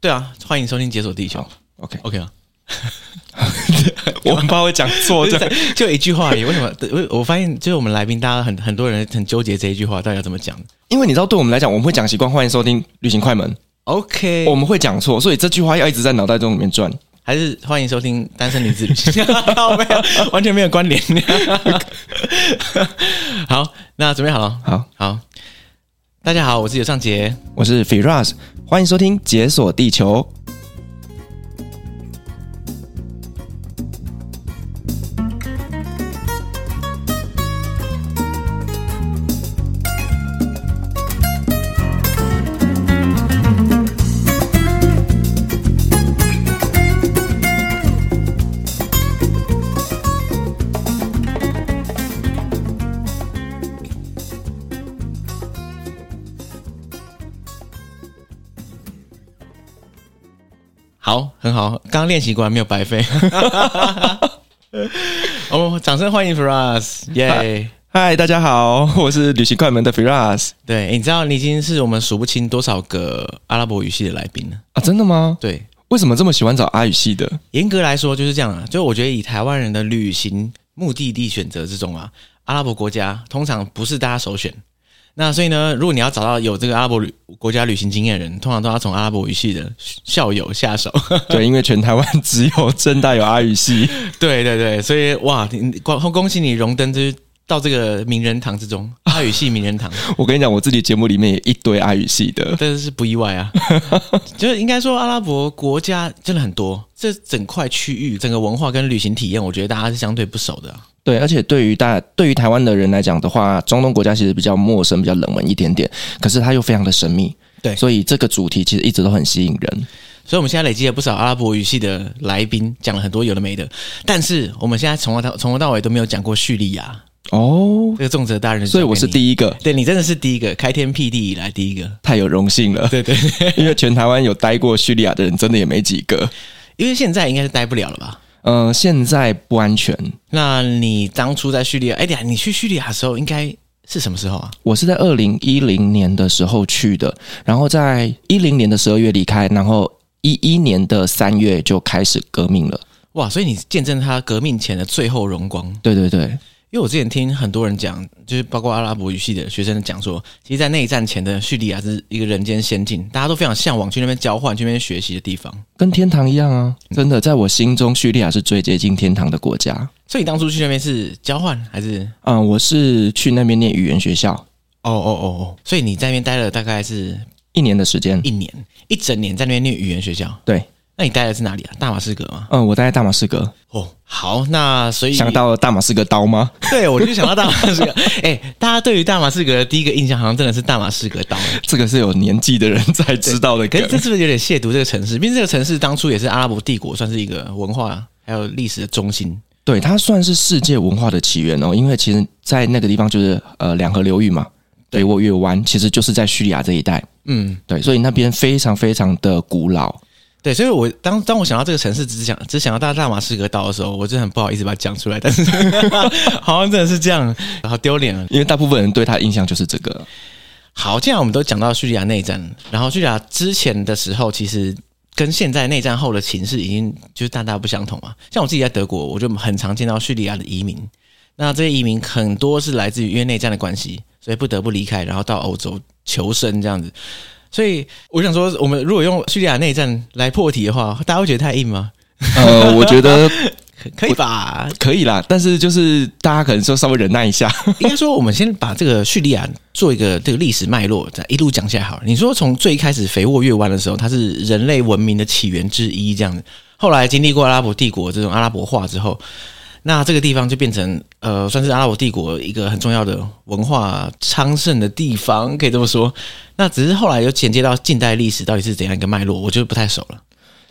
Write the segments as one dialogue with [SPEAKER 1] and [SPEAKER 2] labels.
[SPEAKER 1] 对啊，欢迎收听《解锁地球》。
[SPEAKER 2] OK，
[SPEAKER 1] OK 啊，
[SPEAKER 2] 我很怕会讲错，这样
[SPEAKER 1] 就一句话而已。为什么？我我发现，就是我们来宾，大家很很多人很纠结这一句话到底要怎么讲。
[SPEAKER 2] 因为你知道，对我们来讲，我们会讲习惯，欢迎收听《旅行快门》，
[SPEAKER 1] OK，
[SPEAKER 2] 我们会讲错，所以这句话要一直在脑袋中里面转。
[SPEAKER 1] 还是欢迎收听《单身女 子旅行》靠背啊，没有完全没有关联。好，那准备好了，
[SPEAKER 2] 好，
[SPEAKER 1] 好，大家好，我是尤尚杰。
[SPEAKER 2] 我是 Firas，欢迎收听《解锁地球》。
[SPEAKER 1] 好，很好，刚刚练习果然没有白费。 哦，掌声欢迎 Firas，耶、
[SPEAKER 2] 嗨，大家好，我是旅行快门的 Firas
[SPEAKER 1] 对，你知道你已经是我们数不清多少个阿拉伯语系的来宾了。
[SPEAKER 2] 啊，真的吗？
[SPEAKER 1] 对，
[SPEAKER 2] 为什么这么喜欢找阿语系 的？
[SPEAKER 1] 严格来说就是这样啊。就我觉得以台湾人的旅行目的地选择之中啊，阿拉伯国家通常不是大家首选。那所以呢，如果你要找到有这个阿拉伯旅国家旅行经验的人，通常都要从阿拉伯语系的校友下手。
[SPEAKER 2] 对，因为全台湾只有正大有阿语系，
[SPEAKER 1] 对对对，所以哇，你你恭恭喜你荣登就是到这个名人堂之中，阿语系名人堂。
[SPEAKER 2] 我跟你讲，我自己节目里面也一堆阿语系的。
[SPEAKER 1] 但是不意外 啊，就是应该说阿拉伯国家真的很多，这整块区域、整个文化跟旅行体验，我觉得大家是相对不熟的啊、
[SPEAKER 2] 对，而且对于大对于台湾的人来讲的话，中东国家其实比较陌生，比较冷门一点点，可是它又非常的神秘。
[SPEAKER 1] 对
[SPEAKER 2] 所以这个主题其实一直都很吸引人。
[SPEAKER 1] 所以我们现在累积了不少阿拉伯语系的来宾，讲了很多有的没的，但是我们现在从头到从头到尾都没有讲过叙利亚
[SPEAKER 2] 哦，
[SPEAKER 1] 这个重责大人的交给你，
[SPEAKER 2] 所以我是第一个，
[SPEAKER 1] 对你真的是第一个开天辟地以来第一个，
[SPEAKER 2] 太有荣幸了，
[SPEAKER 1] 对对 对，
[SPEAKER 2] 因为全台湾有待过叙利亚的人真的也没几个。
[SPEAKER 1] 因为现在应该是待不了了吧？
[SPEAKER 2] 嗯、现在不安全。
[SPEAKER 1] 那你当初在叙利亚，哎、等一下你去叙利亚的时候应该是什么时候啊？
[SPEAKER 2] 我是在二零一零年的时候去的，然后在一零年的十二月离开，然后一一年的三月就开始革命了。
[SPEAKER 1] 哇，所以你见证他革命前的最后荣光。
[SPEAKER 2] 对对对，
[SPEAKER 1] 因为我之前听很多人讲，就是包括阿拉伯语系的学生讲说，其实，在内战前的叙利亚是一个人间仙境，大家都非常向往去那边交换、去那边学习的地方。
[SPEAKER 2] 跟天堂一样啊！真的，在我心中，叙利亚是最接近天堂的国家。
[SPEAKER 1] 所以你当初去那边是交换还是？
[SPEAKER 2] 嗯，我是去那边念语言学校
[SPEAKER 1] 哦哦哦哦！所以你在那边待了大概是
[SPEAKER 2] 一年的时间。
[SPEAKER 1] 一年，一整年在那边念语言学校。
[SPEAKER 2] 对，
[SPEAKER 1] 那你待的是哪里啊？大马士革吗？
[SPEAKER 2] 嗯，我待在大马士革，
[SPEAKER 1] 哦，好，那所以
[SPEAKER 2] 想到了大马士革刀吗？
[SPEAKER 1] 对，我就想到大马士革。 哎、大家对于大马士革的第一个印象，好像真的是大马士革刀。
[SPEAKER 2] 这个是有年纪的人才知道的
[SPEAKER 1] 可是这
[SPEAKER 2] 梗。
[SPEAKER 1] 是不是有点亵渎这个城市？毕竟这个城市当初也是阿拉伯帝国算是一个文化还有历史的中心。
[SPEAKER 2] 对，它算是世界文化的起源哦，因为其实，在那个地方就是呃两河流域嘛，
[SPEAKER 1] 对
[SPEAKER 2] 北沃月湾，其实就是在叙利亚这一带。
[SPEAKER 1] 嗯，
[SPEAKER 2] 对，所以那边非常非常的古老。
[SPEAKER 1] 对，所以我当当我想到这个城市，只想只想到大大马士革岛的时候，我真的很不好意思把它讲出来，但是 好像真的是这样，好丢脸啊！
[SPEAKER 2] 因为大部分人对它的印象就是这 个，
[SPEAKER 1] 好，既然我们都讲到叙利亚内战，然后叙利亚之前的时候，其实跟现在内战后的情势已经就是大大不相同嘛。像我自己在德国，我就很常见到叙利亚的移民，那这些移民很多是来自于因为内战的关系，所以不得不离开，然后到欧洲求生这样子。所以我想说，我们如果用叙利亚内战来破题的话，大家会觉得太硬吗？
[SPEAKER 2] 呃，我觉得
[SPEAKER 1] 可可以吧？
[SPEAKER 2] 可以啦，但是就是大家可能说稍微忍耐一下。
[SPEAKER 1] 应该说，我们先把这个叙利亚做一个这个历史脉络，再一路讲下来好了。你说从最一开始肥沃月湾的时候，它是人类文明的起源之一，这样子。后来经历过阿拉伯帝国这种阿拉伯化之后，那这个地方就变成呃，算是阿拉伯帝国一个很重要的文化昌盛的地方，可以这么说。那只是后来又衔接到近代历史到底是怎样一个脉络，我就不太熟了。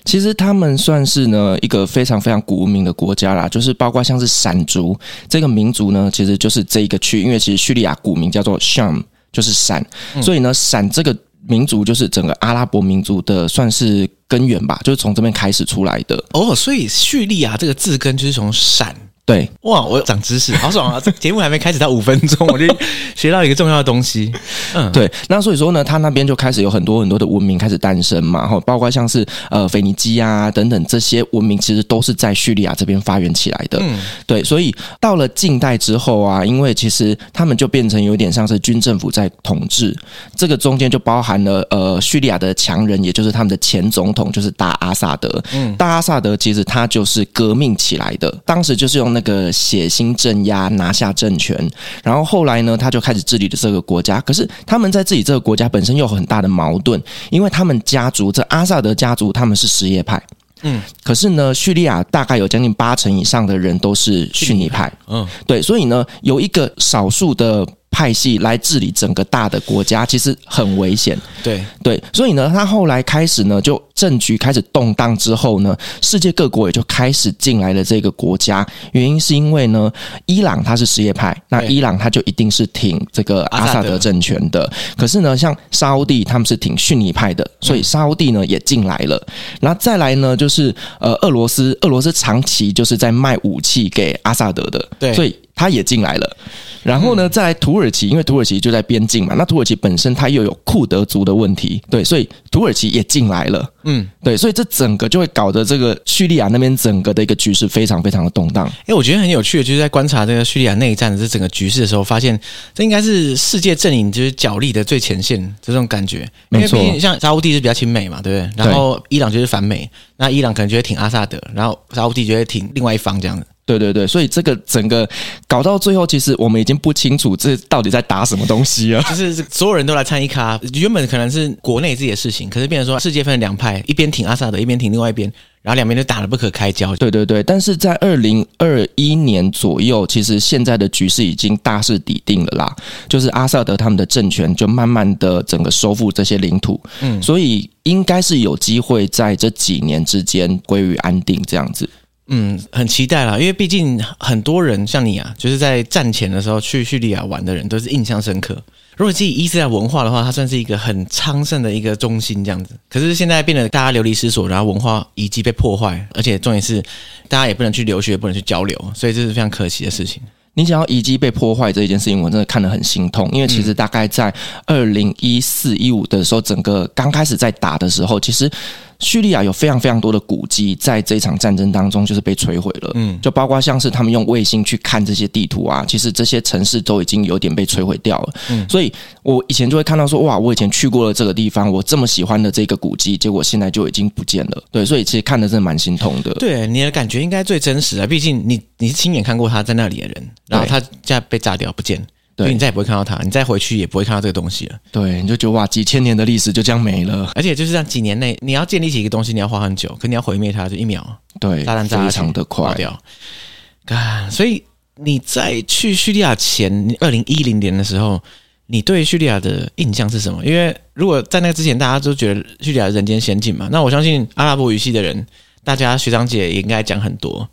[SPEAKER 2] 其实他们算是呢一个非常非常古文明的国家啦，就是包括像是闪族这个民族呢，其实就是这一个区，因为其实叙利亚古名叫做 Sham，就是闪，
[SPEAKER 1] 嗯
[SPEAKER 2] 所以呢闪这个民族就是整个阿拉伯民族的算是根源吧，就是从这边开始出来的。
[SPEAKER 1] 哦，所以叙利亚这个字根就是从闪
[SPEAKER 2] 对，
[SPEAKER 1] 哇，我长知识，好爽啊！ 这节目还没开始到五分钟，我就学到一个重要的东西。嗯，
[SPEAKER 2] 对，那所以说呢，他那边就开始有很多很多的文明开始诞生嘛，哈，包括像是呃腓尼基啊等等这些文明，其实都是在叙利亚这边发源起来的。
[SPEAKER 1] 嗯
[SPEAKER 2] 对，所以到了近代之后啊，因为其实他们就变成有点像是军政府在统治，这个中间就包含了呃叙利亚的强人，也就是他们的前总统就是大阿萨德。
[SPEAKER 1] 嗯
[SPEAKER 2] 大阿萨德其实他就是革命起来的，当时就是用那个血腥镇压拿下政权，然后后来呢，他就开始治理的这个国家。可是他们在自己这个国家本身又有很大的矛盾，因为他们家族这阿萨德家族他们是什叶派，
[SPEAKER 1] 嗯
[SPEAKER 2] 可是呢，叙利亚大概有将近八成以上的人都是逊尼派，
[SPEAKER 1] 嗯，
[SPEAKER 2] 对，所以呢，有一个少数的派系来治理整个大的国家，其实很危险。
[SPEAKER 1] 对，
[SPEAKER 2] 对，所以呢，他后来开始呢，就政局开始动荡之后呢，世界各国也就开始进来了这个国家。原因是因为呢，伊朗它是什叶派，那
[SPEAKER 1] 对
[SPEAKER 2] 伊朗它就一定是挺这个阿
[SPEAKER 1] 阿萨
[SPEAKER 2] 萨
[SPEAKER 1] 德
[SPEAKER 2] 德政权的。可是呢，像沙烏地他们是挺逊尼派的，
[SPEAKER 1] 嗯
[SPEAKER 2] 所以沙烏地呢也进来了。然后再来呢，就是呃，俄罗斯，俄罗斯长期就是在卖武器给阿萨德的，
[SPEAKER 1] 对
[SPEAKER 2] 所以他也进来了。然后呢，再来土耳其，因为土耳其就在边境嘛，那土耳其本身它又有库德族的问题，对，所以土耳其也进来了，
[SPEAKER 1] 嗯，
[SPEAKER 2] 对，所以这整个就会搞得这个叙利亚那边整个的一个局势非常非常的动荡。
[SPEAKER 1] 哎、我觉得很有趣的，就是在观察这个叙利亚内战的这整个局势的时候，发现这应该是世界阵营就是角力的最前线这种感觉。因
[SPEAKER 2] 没
[SPEAKER 1] 为
[SPEAKER 2] 错
[SPEAKER 1] 毕竟像沙乌地是比较亲美嘛，对不对？然后伊朗就是反美，那伊朗可能就会挺阿萨德，然后沙乌地就会挺另外一方这样子。
[SPEAKER 2] 对对对，所以这个整个搞到最后，其实我们已经不清楚这到底在打什么东西了。
[SPEAKER 1] 就是所有人都来参一咖，原本可能是国内自己的事情，可是变成说世界分成两派，一边挺阿萨德，一边挺另外一边，然后两边就打得不可开交。
[SPEAKER 2] 对对对，但是在二零二一年左右，其实现在的局势已经大势底定了啦，就是阿萨德他们的政权就慢慢的整个收复这些领土，
[SPEAKER 1] 嗯
[SPEAKER 2] 嗯，所以应该是有机会在这几年之间归于安定这样子。
[SPEAKER 1] 嗯，很期待啦，因为毕竟很多人像你啊，就是在战前的时候去叙利亚玩的人都是印象深刻。如果自己伊斯兰文化的话，它算是一个很昌盛的一个中心这样子。可是现在变得大家流离失所，然后文化遗迹被破坏，而且重点是大家也不能去留学，不能去交流，所以这是非常可惜的事情。
[SPEAKER 2] 你想要遗迹被破坏这一件事情，我真的看得很心痛，因为其实
[SPEAKER 1] 嗯
[SPEAKER 2] 大概在二零一四一五的时候，整个刚开始在打的时候，其实叙利亚有非常非常多的古迹在这一场战争当中就是被摧毁了。
[SPEAKER 1] 嗯，
[SPEAKER 2] 就包括像是他们用卫星去看这些地图啊，其实这些城市都已经有点被摧毁掉了。
[SPEAKER 1] 嗯
[SPEAKER 2] 所以我以前就会看到说，哇，我以前去过了这个地方，我这么喜欢的这个古迹，结果现在就已经不见了。对，所以其实看的真的蛮心痛的。
[SPEAKER 1] 对你的感觉应该最真实啊，毕竟你你是亲眼看过他在那里的人，然后他现在被炸掉不见，所以你
[SPEAKER 2] 对
[SPEAKER 1] 再也不会看到他，你再回去也不会看到这个东西了。
[SPEAKER 2] 对，你就觉得哇，几千年的历史就这样没了。
[SPEAKER 1] 而且就是这样，几年内你要建立起一个东西，你要花很久，可你要毁灭它就一秒
[SPEAKER 2] 对，
[SPEAKER 1] 炸弹炸下去
[SPEAKER 2] 非常的
[SPEAKER 1] 爆
[SPEAKER 2] 快。
[SPEAKER 1] 掉。啊，所以你在去叙利亚前，二零一零年的时候，你对叙利亚的印象是什么？因为如果在那之前，大家都觉得叙利亚人间仙境嘛，那我相信阿拉伯语系的人，大家学长姐也应该讲很多。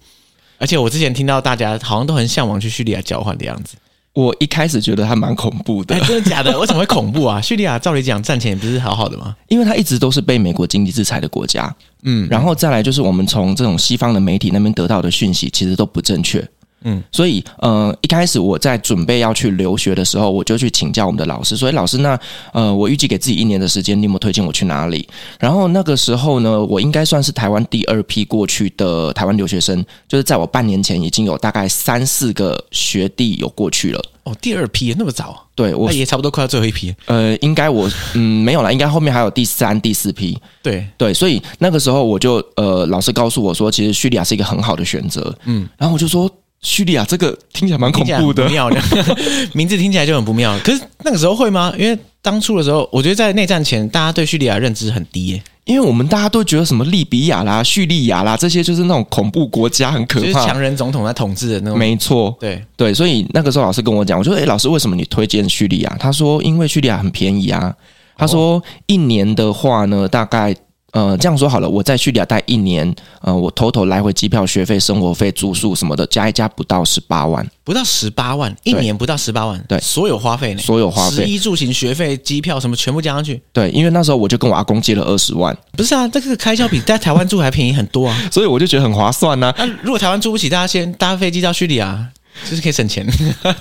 [SPEAKER 1] 而且我之前听到大家好像都很向往去叙利亚交换的样 子，
[SPEAKER 2] 我一开始觉得它蛮恐怖的
[SPEAKER 1] 哎，，真的假的？为什么会恐怖啊？叙利亚照理讲战前也不是好好的吗？
[SPEAKER 2] 因为它一直都是被美国经济制裁的国家。
[SPEAKER 1] 嗯，
[SPEAKER 2] 然后再来就是我们从这种西方的媒体那边得到的讯息，其实都不正确。
[SPEAKER 1] 嗯
[SPEAKER 2] 嗯，所以呃，一开始我在准备要去留学的时候，我就去请教我们的老师，所以老师那呃，我预计给自己一年的时间，你有没有推荐我去哪里？然后那个时候呢，我应该算是台湾第二批过去的台湾留学生，就是在我半年前已经有大概三四个学弟有过去了。
[SPEAKER 1] 哦，第二批那么早，啊
[SPEAKER 2] 对我
[SPEAKER 1] 那也差不多快到最后一批。
[SPEAKER 2] 呃，应该我嗯没有啦，应该后面还有第三、第四批。
[SPEAKER 1] 对，
[SPEAKER 2] 对，所以那个时候我就呃，老师告诉我说，其实叙利亚是一个很好的选择。
[SPEAKER 1] 嗯
[SPEAKER 2] 嗯，然后我就说，叙利亚这个听起来蛮恐怖的
[SPEAKER 1] 听。起来很不妙的 名字听起来就很不妙。可是那个时候会吗？因为当初的时候，我觉得在内战前，大家对叙利亚认知很低、耶，
[SPEAKER 2] 因为我们大家都觉得什么利比亚啦、叙利亚啦，这些就是那种恐怖国家，很可
[SPEAKER 1] 就是
[SPEAKER 2] 怕。
[SPEAKER 1] 强人哦总统在统治的那种。
[SPEAKER 2] 没错，
[SPEAKER 1] 对，
[SPEAKER 2] 对，所以那个时候老师跟我讲，我说：“诶，老师，为什么你推荐叙利哦亚？”他说：“因为叙利亚很便宜啊。”他说：“一年的话呢，大概呃，这样说好了，我在叙利亚待一年，呃，我 total 来回机票、学费、生活费、住宿什么的，加一加不到十八万，
[SPEAKER 1] 不到十八万，一年不到十八万，
[SPEAKER 2] 对
[SPEAKER 1] 所有花费呢，
[SPEAKER 2] 所有花
[SPEAKER 1] 食
[SPEAKER 2] 费。
[SPEAKER 1] 衣住行、学费、机票什么全部加上去，
[SPEAKER 2] 对，因为那时候我就跟我阿公借了二十万，
[SPEAKER 1] 不是啊，这个开销比在台湾住还便宜很多 啊。
[SPEAKER 2] 所以我就觉得很划算啊呐、
[SPEAKER 1] 那、如果台湾住不起，大家先搭飞机到叙利亚，就是可以省钱。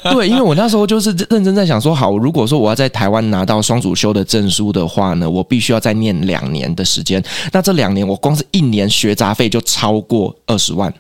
[SPEAKER 2] 对，因为我那时候就是认真在想说，好，如果说我要在台湾拿到双主修的证书的话呢，我必须要再念两年的时间。那这两年我光是一年学杂费就超过二十万，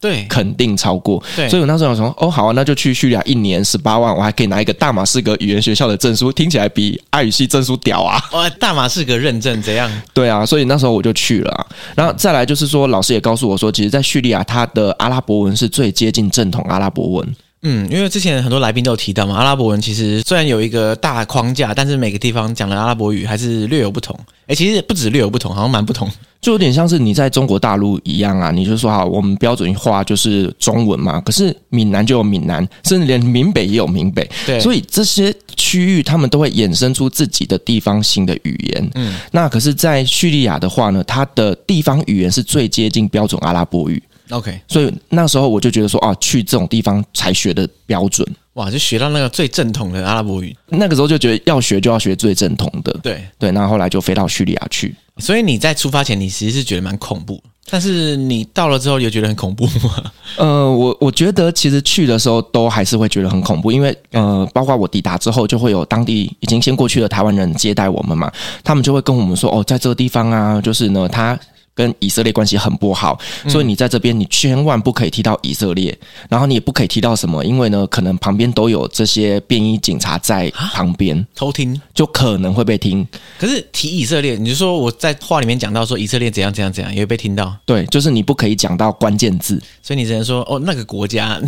[SPEAKER 1] 对
[SPEAKER 2] 肯定超过。
[SPEAKER 1] 对，
[SPEAKER 2] 所以我那时候想说，哦，好啊，那就去叙利亚一年十八万，我还可以拿一个大马士革语言学校的证书，听起来比阿语系证书屌啊！
[SPEAKER 1] 哇，大马士革认证怎样？
[SPEAKER 2] 对啊，所以那时候我就去了、啊。然后再来就是说，老师也告诉我说，其实，在叙利亚，它的阿拉伯文是最接近正统阿拉伯文。
[SPEAKER 1] 嗯，因为之前很多来宾都有提到嘛，阿拉伯文其实虽然有一个大框架，但是每个地方讲的阿拉伯语还是略有不同。哎、其实不止略有不同，好像蛮不同。
[SPEAKER 2] 就有点像是你在中国大陆一样啊，你就说好，我们标准化就是中文嘛，可是闽南就有闽南，甚至连闽北也有闽北，
[SPEAKER 1] 对，
[SPEAKER 2] 所
[SPEAKER 1] 以
[SPEAKER 2] 以这些区域他们都会衍生出自己的地方性的语言。
[SPEAKER 1] 嗯
[SPEAKER 2] 嗯，那可是，在叙利亚的话呢，它的地方语言是最接近标准阿拉伯语，
[SPEAKER 1] OK，
[SPEAKER 2] 所以那时候我就觉得说啊，去这种地方才学的标准。
[SPEAKER 1] 哇，就学到那个最正统的阿拉伯语。
[SPEAKER 2] 那个时候就觉得要学就要学最正统的，
[SPEAKER 1] 对，
[SPEAKER 2] 对。那后来就飞到叙利亚去，
[SPEAKER 1] 所以你在出发前，你其实是觉得蛮恐怖，但是你到了之后，有觉得很恐怖吗？
[SPEAKER 2] 呃，我我觉得其实去的时候都还是会觉得很恐怖，因为呃，包括我抵达之后，就会有当地已经先过去的台湾人接待我们嘛，他们就会跟我们说，哦，在这个地方啊，就是呢，他。跟以色列关系很不好，所以你在这边你千万不可以提到以色列，然后你也不可以提到什么，因为呢，可能旁边都有这些便衣警察在旁边，
[SPEAKER 1] 偷听。
[SPEAKER 2] 就可能会被听。
[SPEAKER 1] 可是提以色列，你就说我在话里面讲到说以色列怎样怎样怎样，也会被听到，
[SPEAKER 2] 对，就是你不可以讲到关键字。
[SPEAKER 1] 所以你只能说哦那个国 家，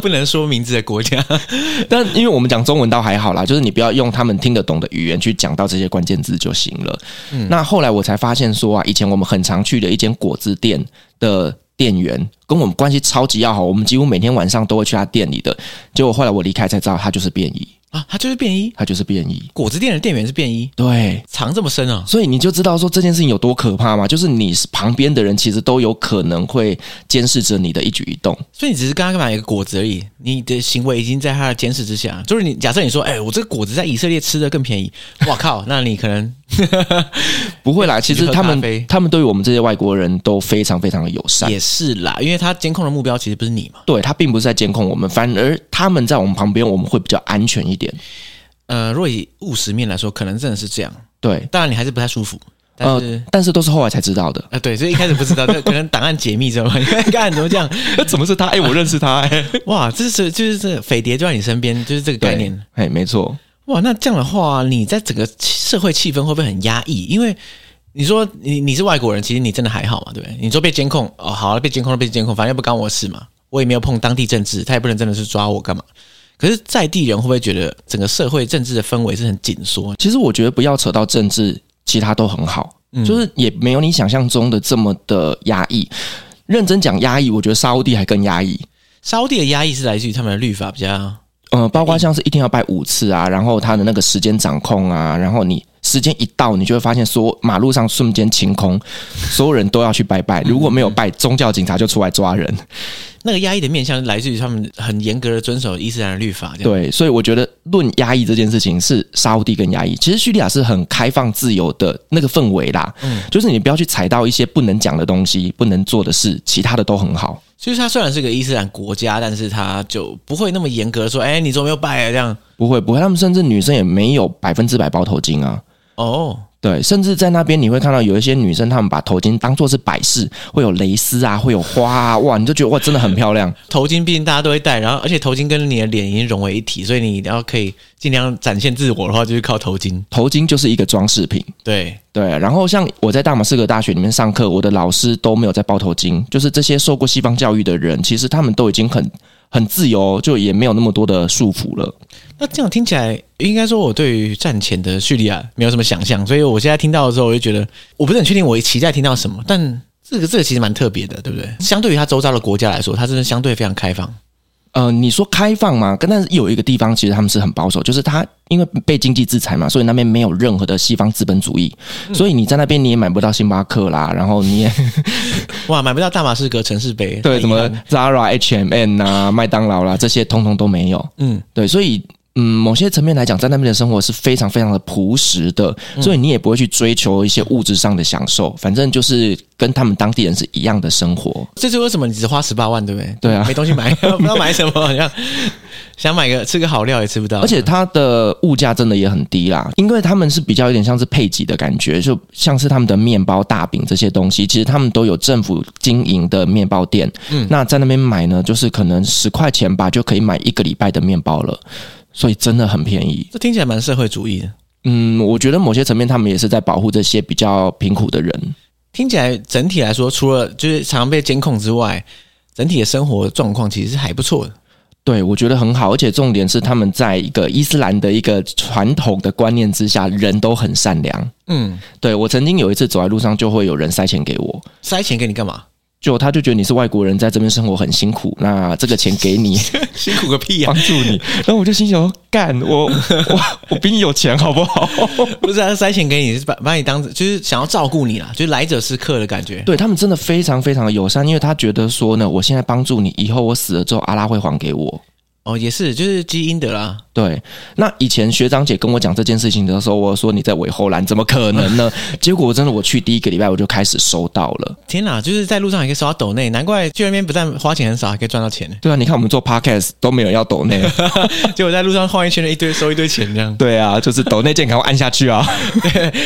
[SPEAKER 1] 不能说名字的国家。
[SPEAKER 2] 但因为我们讲中文倒还好啦，就是你不要用他们听得懂的语言去讲到这些关键字就行了。
[SPEAKER 1] 嗯
[SPEAKER 2] 那后来我才发现说啊，以前我们很常去的一间果汁店的店员跟我们关系超级要好，我们几乎每天晚上都会去他店里的。结果后来我离开才知道，他就是便衣，
[SPEAKER 1] 啊，他就是便衣。
[SPEAKER 2] 他就是便衣。
[SPEAKER 1] 果汁店的店员是便衣，
[SPEAKER 2] 对，
[SPEAKER 1] 藏这么深啊？
[SPEAKER 2] 所以你就知道说这件事情有多可怕嘛，就是你旁边的人其实都有可能会监视着你的一举一动。
[SPEAKER 1] 所以你只是刚刚买一个果子而已，你的行为已经在他的监视之下。就是你假设你说，哎、我这个果子在以色列吃的更便宜，哇靠，那你可能
[SPEAKER 2] 不会啦，其
[SPEAKER 1] 去
[SPEAKER 2] 实
[SPEAKER 1] 喝
[SPEAKER 2] 他
[SPEAKER 1] 咖啡
[SPEAKER 2] 们他们对于我们这些外国人都非常非常的友善。
[SPEAKER 1] 也是啦，因为他监控的目标其实不是你嘛。
[SPEAKER 2] 对他并不是在监控我们，反而他们在我们旁边，我们会比较安全一点。
[SPEAKER 1] 呃，若以务实面来说，可能真的是这样。
[SPEAKER 2] 对，
[SPEAKER 1] 当然你还是不太舒服，但
[SPEAKER 2] 呃
[SPEAKER 1] 是。，。
[SPEAKER 2] 但是都是后来才知道的
[SPEAKER 1] 啊，对，所以一开始不知道，这可能档案解密知道吗？你看，干怎么这样？
[SPEAKER 2] 怎么是他？哎、我认识他、 哎，
[SPEAKER 1] 哇，这是就是这匪谍就在你身边，就是这个概念。
[SPEAKER 2] 哎，没错，
[SPEAKER 1] 哇，那这样的话，你在整个气社会气氛会不会很压抑？因为你说你你是外国人，其实你真的还好嘛，对不对？你说被监控哦，好了，被监控了，被监控，反正又不干我的事嘛，我也没有碰当地政治，他也不能真的是抓我干嘛。可是在地人会不会觉得整个社会政治的氛围是很紧缩？
[SPEAKER 2] 其实我觉得不要扯到政治，其他都很好，就是也没有你想象中的这么的压抑。认真讲压抑，我觉得沙烏地还更压抑。
[SPEAKER 1] 沙烏地的压抑是来自于他们的律法比较
[SPEAKER 2] 呃，包括像是一天要拜五次啊，然后他的那个时间掌控啊，然后你时间一到，你就会发现说马路上瞬间清空，所有人都要去拜拜，如果没有拜，宗教警察就出来抓人。
[SPEAKER 1] 那个压抑的面向，来自于他们很严格的遵守伊斯兰的律法，这样
[SPEAKER 2] 对，所以我觉得论压抑这件事情是沙烏地更压抑。其实叙利亚是很开放自由的那个氛围啦，就是你不要去踩到一些不能讲的东西、不能做的事，其他的都很好。
[SPEAKER 1] 所以它虽然是个伊斯兰国家，但是它就不会那么严格的说，哎、你怎么没有拜啊？这样
[SPEAKER 2] 不会不会，他们甚至女生也没有百分之百包头巾啊。
[SPEAKER 1] 哦，
[SPEAKER 2] 对，甚至在那边你会看到有一些女生，她们把头巾当做是摆饰，会有蕾丝啊，会有花啊，哇，你就觉得哇，真的很漂亮。
[SPEAKER 1] 头巾毕竟大家都会戴，然后而且头巾跟你的脸已经融为一体，所以你要可以尽量展现自我的话，就是靠头巾。
[SPEAKER 2] 头巾就是一个装饰品。
[SPEAKER 1] 对，
[SPEAKER 2] 对，然后像我在大马士革大学里面上课，我的老师都没有在包头巾，就是这些受过西方教育的人，其实他们都已经很很自由，就也没有那么多的束缚了。
[SPEAKER 1] 那这样听起来，应该说我对于战前的叙利亚没有什么想象，所以我现在听到的时候，我就觉得我不是很确定我期待听到什么，
[SPEAKER 2] 嗯
[SPEAKER 1] 但这个这个其实蛮特别的，对不对？相对于它周遭的国家来说，它真的相对非常开放。
[SPEAKER 2] 呃，你说开放嘛，跟但是有一个地方其实他们是很保守，就是他因为被经济制裁嘛，所以那边没有任何的西方资本主义，所以你在那边你也买不到星巴克啦，然后你也
[SPEAKER 1] 哇，买不到大马士革城市杯，
[SPEAKER 2] 对什
[SPEAKER 1] 很遗
[SPEAKER 2] 么
[SPEAKER 1] 憾
[SPEAKER 2] Zara、H&M 呐、麦当劳啦这些通通都没有。
[SPEAKER 1] 嗯，
[SPEAKER 2] 对，所以嗯，某些层面来讲，在那边的生活是非常非常的朴实的，所以你也不会去追求一些物质上的享受，反正就是跟他们当地人是一样的生活。
[SPEAKER 1] 这就是为什么你只花十八万，对不对？
[SPEAKER 2] 对啊
[SPEAKER 1] 没东西买， 不知道买什么，好像想买个吃个好料也吃不到，
[SPEAKER 2] 而且它的物价真的也很低啦，因为他们是比较有点像是配给的感觉，就像是他们的面包、大饼这些东西，其实他们都有政府经营的面包店。嗯，那在那边买呢，就是可能十块钱吧，就可以买一个礼拜的面包了，所以真的很便宜。
[SPEAKER 1] 这听起来蛮社会主义的，
[SPEAKER 2] 嗯，我觉得某些层面他们也是在保护这些比较贫苦的人。
[SPEAKER 1] 听起来整体来说，除了就是常常被监控之外，整体的生活状况其实是还不错的。
[SPEAKER 2] 对，我觉得很好，而且重点是他们在一个伊斯兰的一个传统的观念之下，人都很善良。
[SPEAKER 1] 嗯，
[SPEAKER 2] 对我曾经有一次走在路上，就会有人塞钱给我，
[SPEAKER 1] 塞钱给你干嘛？
[SPEAKER 2] 就他就觉得你是外国人，在这边生活很辛苦，那这个钱给 你
[SPEAKER 1] 辛苦个屁呀、啊
[SPEAKER 2] 帮助你。然后我就心想说，干我我我比你有钱好不好？
[SPEAKER 1] 不是、啊，塞钱给你是把把你当就是想要照顾你啦，就是来者是客的感觉。
[SPEAKER 2] 对他们真的非常非常的友善，因为他觉得说呢，我现在帮助你，以后我死了之后，阿拉会还给我。
[SPEAKER 1] 哦，也是，就是基因的啦。
[SPEAKER 2] 对，那以前学长姐跟我讲这件事情的时候，我说你在尾后栏，怎么可能呢？结果真的，我去第一个礼拜我就开始收到了。
[SPEAKER 1] 天哪，就是在路上也可以收到抖内，难怪去那边不但花钱很少，还可以赚到钱。
[SPEAKER 2] 对啊，你看我们做 podcast 都没有要抖内，
[SPEAKER 1] 结果在路上晃一圈，一堆收一堆钱这样。
[SPEAKER 2] 对啊，就是抖内键赶快按下去啊。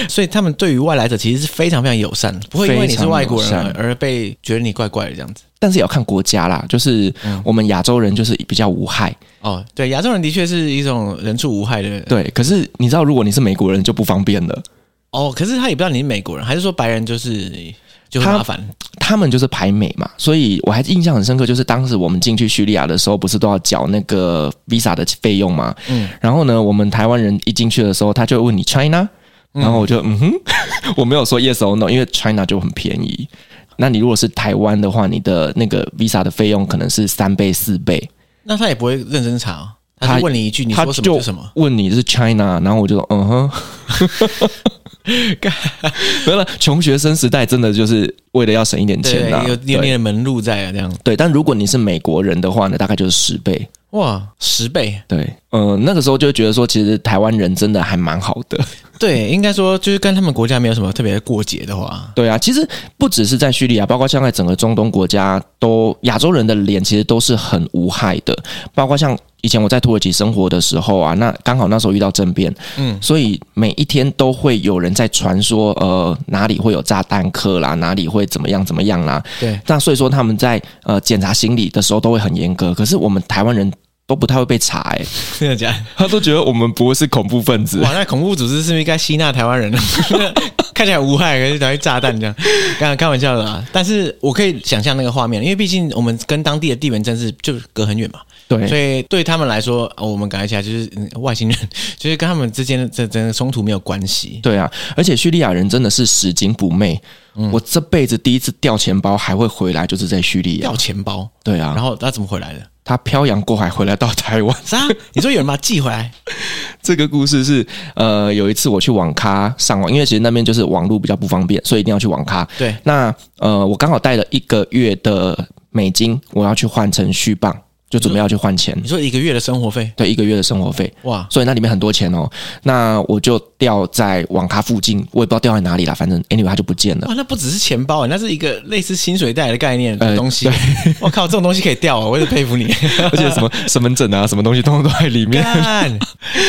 [SPEAKER 1] 所以他们对于外来者其实是非常非常友善，不会因为你是外国人
[SPEAKER 2] 非常友
[SPEAKER 1] 而而被觉得你怪怪的这样子。
[SPEAKER 2] 但是也要看国家啦，就是我们亚洲人就是比较无害，
[SPEAKER 1] 哦，对，亚洲人的确是一种人畜无害的人。
[SPEAKER 2] 对。可是你知道，如果你是美国人就不方便了，
[SPEAKER 1] 哦，可是他也不知道你是美国人，还是说白人就是就很麻烦
[SPEAKER 2] 他们就是排美嘛，所以我还印象很深刻，就是当时我们进去叙利亚的时候，不是都要缴那个 visa 的费用嘛，
[SPEAKER 1] 嗯
[SPEAKER 2] 嗯，然后呢，我们台湾人一进去的时候，他就会问你 China，然后我就嗯哼， 我没有说 yes or no，因为 China 就很便宜。那你如果是台湾的话，你的那个 visa 的费用可能是三倍四倍，
[SPEAKER 1] 那他也不会认真查、哦，他
[SPEAKER 2] 他
[SPEAKER 1] 就问你一句，你
[SPEAKER 2] 他
[SPEAKER 1] 说什么就
[SPEAKER 2] 就
[SPEAKER 1] 什么。
[SPEAKER 2] 问你是 China，然后我就说嗯哼， 没有了。穷学生时代真的就是为了要省一点
[SPEAKER 1] 对，
[SPEAKER 2] 钱呐、啊，
[SPEAKER 1] 有有
[SPEAKER 2] 对
[SPEAKER 1] 你的门路在啊，这样
[SPEAKER 2] 对，但如果你是美国人的话呢，大概就是十倍。
[SPEAKER 1] 哇，十倍
[SPEAKER 2] 对，呃，那个时候就会觉得说，其实台湾人真的还蛮好的。
[SPEAKER 1] 对，应该说就是跟他们国家没有什么特别的过节的话，
[SPEAKER 2] 对啊，其实不只是在叙利亚，包括像在整个中东国家，都亚洲人的脸其实都是很无害的。包括像以前我在土耳其生活的时候啊，那刚好那时候遇到政变，
[SPEAKER 1] 嗯
[SPEAKER 2] 嗯，所以每一天都会有人在传说，呃，哪里会有炸弹客啦，哪里会怎么样怎么样啦。
[SPEAKER 1] 对，
[SPEAKER 2] 那所以说他们在呃检查行李的时候都会很严格，可是我们台湾人都不太会被查、欸，
[SPEAKER 1] 真的假的？
[SPEAKER 2] 他都觉得我们不会是恐怖分子。
[SPEAKER 1] 哇，那恐怖组织是不是应该吸纳台湾人 呢？看起来无害，可是等于炸弹这样，开开玩笑的啦。但是我可以想象那个画面，因为毕竟我们跟当地的地缘政治就隔很远嘛，所
[SPEAKER 2] 对，
[SPEAKER 1] 以对他们来说，呃我们感觉起来就是、嗯外星人， 就是跟他们之间的这真的冲突没有关系。
[SPEAKER 2] 对啊，而且叙利亚人真的是拾金不昧。
[SPEAKER 1] 嗯
[SPEAKER 2] 我这辈子第一次掉钱包还会回来，就是在叙利亚
[SPEAKER 1] 掉。钱包，
[SPEAKER 2] 对
[SPEAKER 1] 然
[SPEAKER 2] 啊，
[SPEAKER 1] 后他怎么回来的？
[SPEAKER 2] 他漂洋过海回来到台湾。
[SPEAKER 1] 啥？你说有人把他寄回来？
[SPEAKER 2] 这个故事是，呃，有一次我去网咖上网，因为其实那边就是网络比较不方便，所以一定要去网咖。
[SPEAKER 1] 对，
[SPEAKER 2] 那呃，我刚好带了一个月的美金，我要去换成续磅，就准备要去换钱
[SPEAKER 1] 你，说一个月的生活费，
[SPEAKER 2] 对，一个月的生活费。
[SPEAKER 1] 哇，
[SPEAKER 2] 所以那里面很多钱哦。那我就掉在网咖附近，我也不知道掉在哪里啦，反正 anyway 它就 不见了。
[SPEAKER 1] 哇，那不只是钱包，欸那是一个类似薪水袋的概念的
[SPEAKER 2] 呃
[SPEAKER 1] 东西。 我靠，这种东西可以掉啊，我也是佩 服你。
[SPEAKER 2] 而且什么身份证啊，什么东西通通都在里面。
[SPEAKER 1] 干，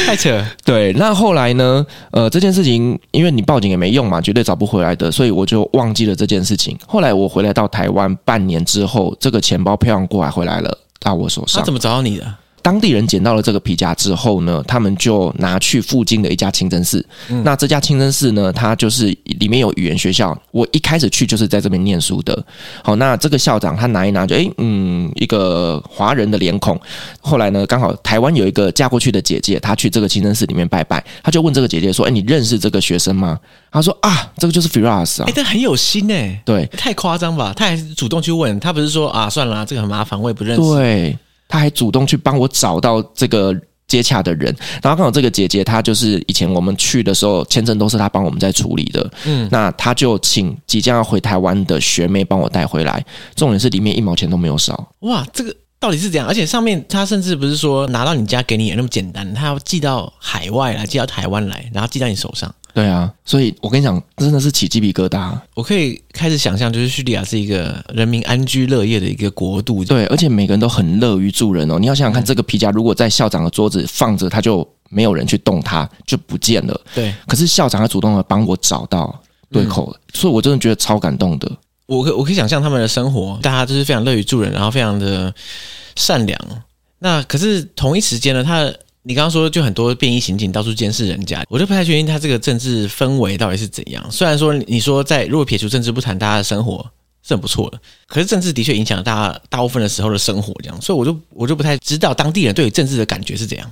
[SPEAKER 1] 太扯！
[SPEAKER 2] 对，那后来呢？呃，这件事情因为你报警也没用嘛，绝对找不回来的，所以我就忘记了这件事情。后来我回来到台湾半年之后，这个钱包漂洋过海回来了。到我手
[SPEAKER 1] 他
[SPEAKER 2] 上
[SPEAKER 1] 怎，么找到你的？
[SPEAKER 2] 当地人捡到了这个皮夹之后呢，他们就拿去附近的一家清真寺。那这家清真寺呢，它就是里面有语言学校。我一开始去就是在这边念书的。好，那这个校长他拿一拿就，诶，嗯，一个华人的脸孔。后来呢，刚好台湾有一个嫁过去的姐姐，她去这个清真寺里面拜拜，她就问这个姐姐说：“诶，哎你认识这个学生吗？”她说：“啊，这个就是 Firas 啊
[SPEAKER 1] 哎、。这很有心哎、
[SPEAKER 2] 对
[SPEAKER 1] 太夸张吧？他还主动去问，他不是说啊，算了啊、这个很麻烦，我也不认识。
[SPEAKER 2] 对。他还主动去帮我找到这个接洽的人。然后刚好这个姐姐她就是以前我们去的时候，签证都是她帮我们在处理的。嗯，那她就请即将要回台湾的学妹帮我带回来，重点是里面一毛钱都没有少。
[SPEAKER 1] 哇，这个到底是怎样？而且上面他甚至不是说拿到你家给你也那么简单，他要寄到海外来，寄到台湾来，然后寄到你手上。
[SPEAKER 2] 对啊，所以我跟你讲，真的是起鸡皮疙瘩。
[SPEAKER 1] 我可以开始想象，就是叙利亚是一个人民安居乐业的一个国度。
[SPEAKER 2] 对，而且每个人都很乐于助人哦。你要想想看，这个皮夹如果在校长的桌子放着，他就没有人去动它，就不见了。
[SPEAKER 1] 对
[SPEAKER 2] 可是校长他主动的帮我找到对口，所以我真的觉得超感动的。
[SPEAKER 1] 我可我可以想象他们的生活，大家就是非常乐于助人，然后非常的善良。那可是同一时间呢，他你刚刚说就很多便衣刑警到处监视人家，我就不太确定他这个政治氛围到底是怎样。虽然说你说在如果撇除政治不谈，大家的生活是很不错的，可是政治的确影响了大家大部分的时候的生活，这样，所以我就我就不太知道当地人对于政治的感觉是怎样。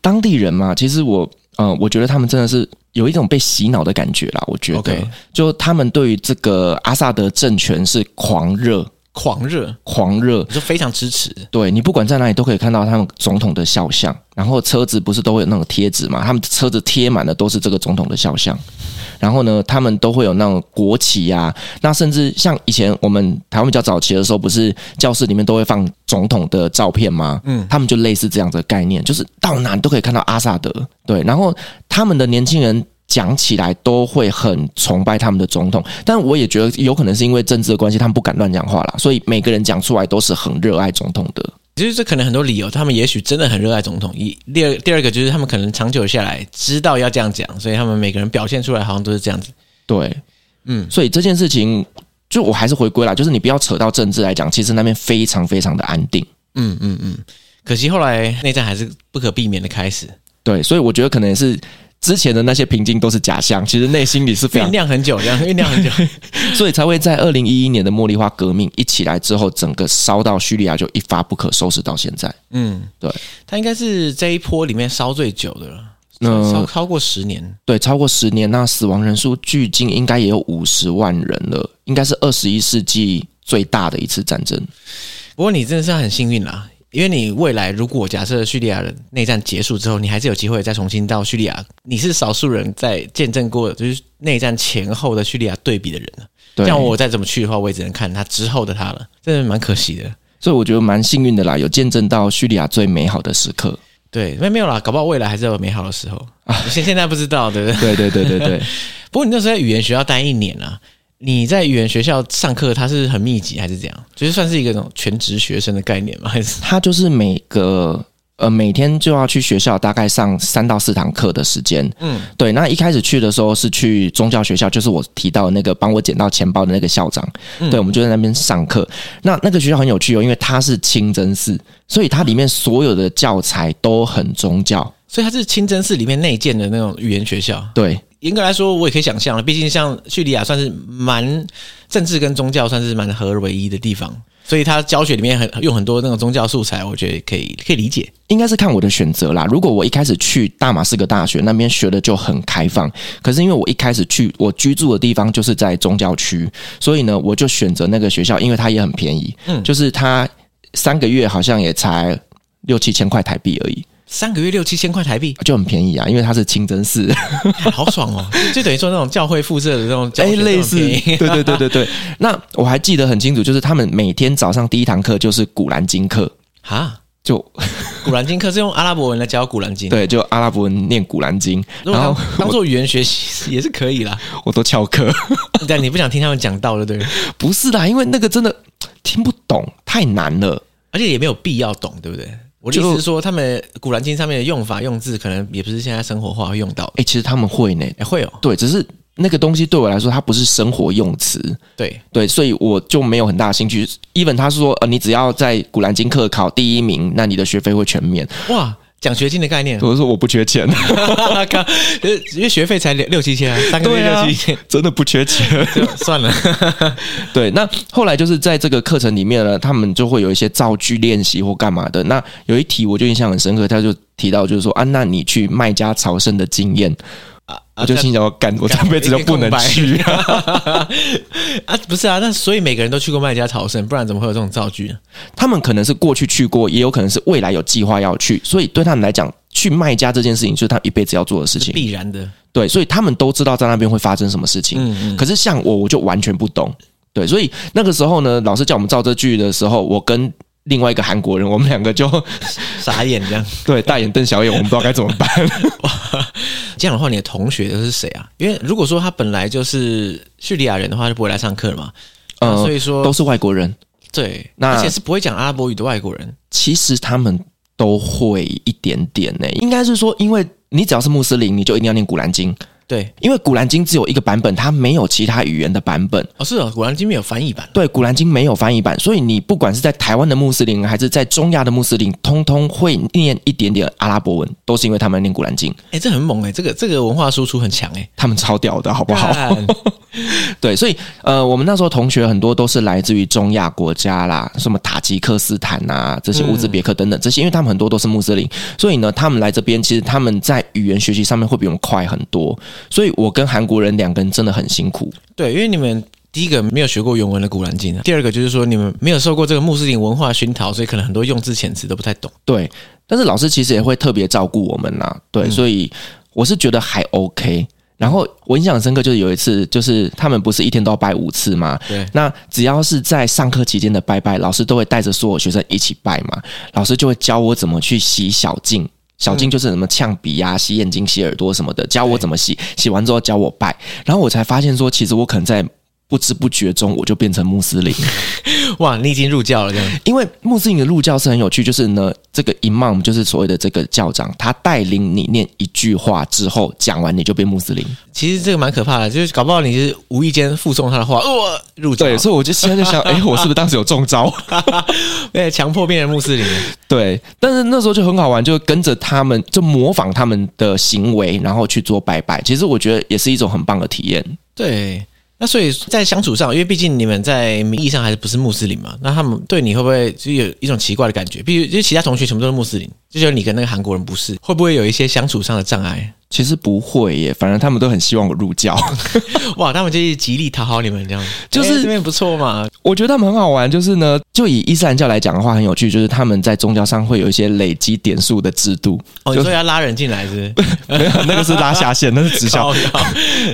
[SPEAKER 2] 当地人嘛，其实我，呃，我觉得他们真的是有一种被洗脑的感觉啦。我觉得
[SPEAKER 1] OK
[SPEAKER 2] 就他们对于这个阿萨德政权是狂热，
[SPEAKER 1] 狂热，
[SPEAKER 2] 狂热。
[SPEAKER 1] 我就非常支持。
[SPEAKER 2] 对你不管在哪里都可以看到他们总统的肖像，然后车子不是都会有那种贴纸嘛？他们车子贴满的都是这个总统的肖像，然后呢，他们都会有那种国旗呀、那甚至像以前我们台湾比较早期的时候，不是教室里面都会放总统的照片吗？嗯，他们就类似这样的概念，就是到哪你都可以看到阿萨德。对，然后他们的年轻人。讲起来都会很崇拜他们的总统，但我也觉得有可能是因为政治的关系，他们不敢乱讲话啦，所以每个人讲出来都是很热爱总统的。
[SPEAKER 1] 其实这可能很多理由，他们也许真的很热爱总统。一第二第二个就是他们可能长久下来知道要这样讲，所以他们每个人表现出来好像都是这样子。
[SPEAKER 2] 对，
[SPEAKER 1] 嗯，
[SPEAKER 2] 所以这件事情，就我还是回归啦，就是你不要扯到政治来讲，其实那边非常非常的安定。
[SPEAKER 1] 嗯嗯嗯。可惜后来内战还是不可避免的开始，
[SPEAKER 2] 对，所以我觉得可能也是之前的那些平静都是假象，其实内心里是非
[SPEAKER 1] 酝
[SPEAKER 2] 常，
[SPEAKER 1] 酿很久，这样酝 酿很久。
[SPEAKER 2] 所以才会在二零一一年的茉莉花革命一起来之后，整个烧到叙利亚就一发不可收拾到现在。
[SPEAKER 1] 嗯，
[SPEAKER 2] 对，
[SPEAKER 1] 他应该是这一波里面烧最久的了，
[SPEAKER 2] 嗯
[SPEAKER 1] 烧超过十年。
[SPEAKER 2] 对，超过十年，那死亡人数距今应该也有五十万人了，应该是二十一世纪最大的一次战争。
[SPEAKER 1] 不过你真的是很幸运啦，因为你未来如果假设叙利亚的内战结束之后，你还是有机会再重新到叙利亚，你是少数人在见证过就是内战前后的叙利亚对比的人。啊
[SPEAKER 2] 对，
[SPEAKER 1] 像我再怎么去的话，我也只能看他之后的他了，真的蛮可惜的。
[SPEAKER 2] 所以我觉得蛮幸运的啦，有见证到叙利亚最美好的时刻。
[SPEAKER 1] 对，没没有啦，搞不好未来还是有美好的时候。现、现在不知道，对不对？
[SPEAKER 2] 对对对对对，
[SPEAKER 1] 不过你那时候在语言学校待一年啊，你在语言学校上课，它是很密集还是怎样？就是算是一个那种全职学生的概念吗？还是
[SPEAKER 2] 他就是每个呃每天就要去学校，大概上三到四堂课的时间。
[SPEAKER 1] 嗯
[SPEAKER 2] 嗯，对。那一开始去的时候是去宗教学校，就是我提到的那个帮我捡到钱包的那个校长，对，我们就在那边上课。那那个学校很有趣哦，因为它是清真寺，所以它里面所有的教材都很宗教。
[SPEAKER 1] 所以它是清真寺里面内建的那种语言学校。
[SPEAKER 2] 对，
[SPEAKER 1] 严格来说，我也可以想象了，毕竟像叙利亚算是蛮政治跟宗教算是蛮合而为一的地方，所以它教学里面很用很多那种宗教素材，我觉得可以可以理解。
[SPEAKER 2] 应该是看我的选择啦。如果我一开始去大马士革大学那边学的就很开放，可是因为我一开始去我居住的地方就是在宗教区，所以呢，我就选择那个学校，因为它也很便宜，
[SPEAKER 1] 嗯
[SPEAKER 2] 就是它三个月好像也才六七千块台币而已，
[SPEAKER 1] 三个月六七千块台币，
[SPEAKER 2] 就很便宜啊，因为它是清真寺，
[SPEAKER 1] 好爽哦！就等于说那种教会附设的那种教学
[SPEAKER 2] 哎，
[SPEAKER 1] 那种
[SPEAKER 2] 类似，
[SPEAKER 1] 便宜
[SPEAKER 2] 对对对对对。那我还记得很清楚，就是他们每天早上第一堂课就是古兰经课，
[SPEAKER 1] 哈，
[SPEAKER 2] 就
[SPEAKER 1] 古兰经课是用阿拉伯文来教古兰经，，
[SPEAKER 2] 对，就阿拉伯文念古兰经，
[SPEAKER 1] 如
[SPEAKER 2] 然
[SPEAKER 1] 果
[SPEAKER 2] 后
[SPEAKER 1] 当当做语言学习也是可以啦。
[SPEAKER 2] 我都翘课。
[SPEAKER 1] 但你不想听他们讲道了，对不对，
[SPEAKER 2] 不是啦，因为那个真的听不懂，太难了。
[SPEAKER 1] 而且也没有必要懂，对不对？我的意
[SPEAKER 2] 就
[SPEAKER 1] 思是说，他们古兰经上面的用法用字，可能也不是现在生活化会用到的。
[SPEAKER 2] 哎、其实他们会呢，
[SPEAKER 1] 哎，会哦，
[SPEAKER 2] 对，只是那个东西对我来说，它不是生活用词，
[SPEAKER 1] 对，
[SPEAKER 2] 对，所以我就没有很大的兴趣。even 他是说，呃，你只要在古兰经课考第一名，那你的学费会全免。
[SPEAKER 1] 哇，讲学经的概念，
[SPEAKER 2] 我就说我不缺钱，
[SPEAKER 1] 靠因为学费才六六七千啊，三个月
[SPEAKER 2] 对啊
[SPEAKER 1] 六七千，
[SPEAKER 2] 真的不缺 钱。
[SPEAKER 1] 就算了。
[SPEAKER 2] 对，那后来就是在这个课程里面呢，他们就会有一些造句练习或干嘛的。那有一题我就印象很深刻，他就提到就是说啊，那你去麦加朝圣的经验，我就心想，我干，我这辈子都不能去啊！
[SPEAKER 1] 啊，不是啊，那所以每个人都去过麦加朝圣，不然怎么会有这种造句呢？
[SPEAKER 2] 他们可能是过去去过，也有可能是未来有计划要去，所以对他们来讲，去卖家这件事情就是他一辈子要做的事
[SPEAKER 1] 是
[SPEAKER 2] 情。
[SPEAKER 1] 必然的。
[SPEAKER 2] 对，所以他们都知道在那边会发生什么事情。
[SPEAKER 1] 嗯
[SPEAKER 2] 可是像我，我就完全不懂。对，所以那个时候呢，老师叫我们造这句的时候，我跟另外一个韩国人，我们两个就
[SPEAKER 1] 傻眼这样。
[SPEAKER 2] 对大眼瞪小眼，我们不知道该怎么办。
[SPEAKER 1] 这样的话，你的同学都是谁啊？因为如果说他本来就是叙利亚人的话，就不会来上课了嘛。 啊
[SPEAKER 2] 呃
[SPEAKER 1] 所，以说
[SPEAKER 2] 都是外国人，
[SPEAKER 1] 对，
[SPEAKER 2] 那
[SPEAKER 1] 而且是不会讲阿拉伯语的外国人。
[SPEAKER 2] 其实他们都会一点点呢、应该是说，因为你只要是穆斯林，你就一定要念《古兰经》。
[SPEAKER 1] 对，
[SPEAKER 2] 因为《古兰经》只有一个版本，它没有其他语言的版本。
[SPEAKER 1] 哦，是哦，果然今天有翻译版。
[SPEAKER 2] 对，《古兰经》没有翻译版，所以你不管是在台湾的穆斯林，还是在中亚的穆斯林，通通会念一点点阿拉伯文，都是因为他们念《古兰经》，
[SPEAKER 1] 哎、这很猛哎、这个这个文化输出很强哎、
[SPEAKER 2] 他们超屌的，好不
[SPEAKER 1] 不
[SPEAKER 2] 好？对，所以呃，我们那时候同学很多都是来自于中亚国家啦，什么塔吉克斯坦啊，这些乌兹别克等等这些，因为他们很多都是穆斯林，所以呢，他们来这边其实他们在语言学习上面会比我们快很多，所以我跟韩国人两个人真的很辛苦。
[SPEAKER 1] 对，因为你们第一个没有学过原文的《古兰经》啊，第二个就是说你们没有受过这个穆斯林文化熏陶，所以可能很多用字遣词都不太懂。
[SPEAKER 2] 对，但是老师其实也会特别照顾我们啦，对，
[SPEAKER 1] 嗯
[SPEAKER 2] 所以我是觉得还 OK。然后我印象很深刻，就是有一次，就是他们不是一天都要拜五次吗？
[SPEAKER 1] 对
[SPEAKER 2] 那只要是在上课期间的拜拜，老师都会带着所有学生一起拜嘛。老师就会教我怎么去洗小净，小净就是什么呛鼻啊、洗眼睛、洗耳朵什么的，教我怎么洗。洗完之后教我拜，然后我才发现说，其实我可能在不知不觉中我就变成穆斯林。
[SPEAKER 1] 哇，你已经入教了这 样。
[SPEAKER 2] 因为穆斯林的入教是很有趣，就是呢，这个 imam 就是所谓的这个教长，他带领你念一句话之后，讲完你就变穆斯林。
[SPEAKER 1] 其实这个蛮可怕的，就是搞不好你是无意间附送他的话，哦，入教，
[SPEAKER 2] 所以我就现在 就想，哎、我是不是当时有中招？
[SPEAKER 1] 对，强迫变成穆斯林。
[SPEAKER 2] 对，但是那时候就很好玩，就跟着他们，就模仿他们的行为，然后去做拜拜。其实我觉得也是一种很棒的体验。
[SPEAKER 1] 对，那所以在相处上，因为毕竟你们在名义上还是不是穆斯林嘛，那他们对你会不会就有一种奇怪的感觉？比如，因为其他同学全部都是穆斯林，就觉得你跟那个韩国人不是，会不会有一些相处上的障碍？
[SPEAKER 2] 其实不会耶，反正他们都很希望我入教。
[SPEAKER 1] 哇，他们就是极力讨好你们这样，
[SPEAKER 2] 就是
[SPEAKER 1] 哎这边不错嘛，
[SPEAKER 2] 我觉得他们很好玩，就是呢，就以伊斯兰教来讲的话，很有趣，就是他们在宗教上会有一些累积点数的制度，
[SPEAKER 1] 哦，
[SPEAKER 2] 就
[SPEAKER 1] 你说要拉人进来 是不哦是？
[SPEAKER 2] 没有那个是拉下线，那是直销。
[SPEAKER 1] 靠腰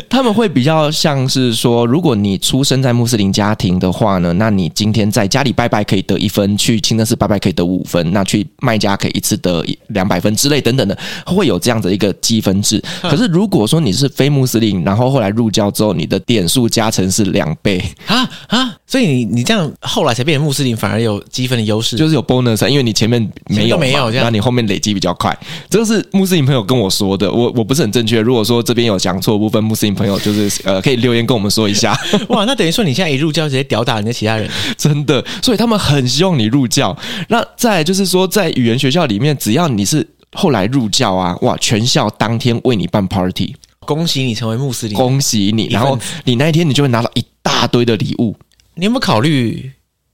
[SPEAKER 2] 他们会比较像是说，如果你出生在穆斯林家庭的话呢，那你今天在家里拜拜可以得一分，去清真寺拜拜可以得五分，那去卖家可以一次得两百分之类等等的，会有这样的一个积分 制。可是如果说你是非穆斯林，然后后来入教之后，你的点数加成是两倍，
[SPEAKER 1] 啊啊！所以你你这样后来才变成穆斯林，反而有积分的优势。
[SPEAKER 2] 就是有 bonus，啊因为你前面没有嘛
[SPEAKER 1] 前面都没有这样
[SPEAKER 2] 那你后面累积比较快。这个是穆斯林朋友跟我说的，我我不是很正确。如果说这边有讲错的部分，穆斯林朋友就是呃可以留言跟我们说一下。
[SPEAKER 1] 哇，那等于说你现在一入教直接吊打人家其他人，
[SPEAKER 2] 真的，所以他们很希望你入教。那再来就是说，在语言学校里面，只要你是后来入教啊，哇，全校当天为你办 party，
[SPEAKER 1] 恭喜你成为穆斯林。
[SPEAKER 2] 恭喜你！
[SPEAKER 1] 一份子
[SPEAKER 2] 然后你那一天你就会拿到一大堆的礼物。
[SPEAKER 1] 你有没有考虑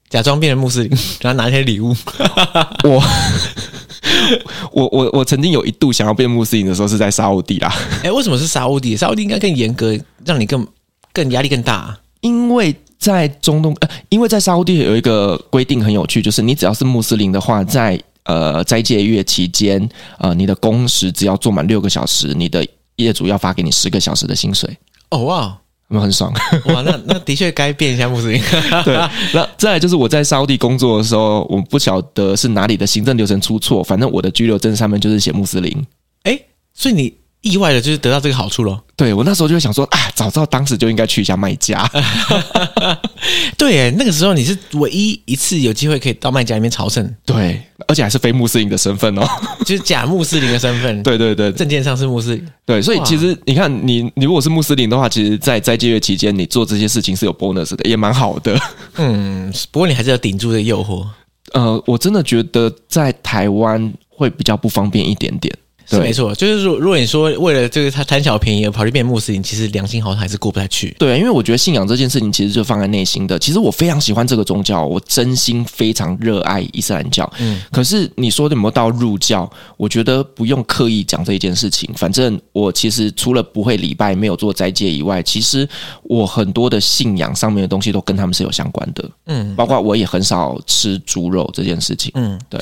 [SPEAKER 1] 假装变成穆斯 林，然后拿一些礼物？
[SPEAKER 2] 我我我我曾经有一度想要变穆斯林的时候是在沙烏地啦，
[SPEAKER 1] 哎、为什么是沙乌地？沙乌地应该更严格，让你更更压力更大、啊
[SPEAKER 2] 因为。在中东，呃，因为在沙烏地有一个规定很有趣，就是你只要是穆斯林的话，在呃斋戒月期间，呃，你的工时只要做满六个小时，你的业主要发给你十个小时的薪水。
[SPEAKER 1] 哦哇
[SPEAKER 2] 有没有很爽？
[SPEAKER 1] 哇，那那的确该变一下穆斯林。
[SPEAKER 2] 对，那再来就是我在沙烏地工作的时候，我不晓得是哪里的行政流程出错，反正我的居留证上面就是写穆斯林。
[SPEAKER 1] 哎、所以你意外的就是得到这个好处咯。
[SPEAKER 2] 对我那时候就会想说啊，早知道当时就应该去一下麦加。
[SPEAKER 1] 对，哎，那个时候你是唯一一次有机会可以到麦家里面朝圣，
[SPEAKER 2] 对，而且还是非穆斯林的身份哦。
[SPEAKER 1] 就是假穆斯林的身份，，
[SPEAKER 2] 对对对
[SPEAKER 1] 证件上是穆斯林。
[SPEAKER 2] 对，所以
[SPEAKER 1] 哇
[SPEAKER 2] 其实你看，你你如果是穆斯林的话，其实，在斋戒月期间，你做这些事情是有 bonus 的，也蛮好的。
[SPEAKER 1] 嗯，不过你还是要顶住这个诱惑。
[SPEAKER 2] 呃，我真的觉得在台湾会比较不方便一点点。
[SPEAKER 1] 是
[SPEAKER 2] 对
[SPEAKER 1] 没错，就是如如果你说为了这个他贪小便宜而跑去变穆斯林，其实良心好像还是过不太去。
[SPEAKER 2] 对，因为我觉得信仰这件事情其实就放在内心的。其实我非常喜欢这个宗教，我真心非常热爱伊斯兰教。嗯，可是你说有没有到入教？我觉得不用刻意讲这一件事情。反正我其实除了不会礼拜、没有做斋戒以外，其实我很多的信仰上面的东西都跟他们是有相关的。嗯，包括我也很少吃猪肉这件事情。
[SPEAKER 1] 嗯，
[SPEAKER 2] 对。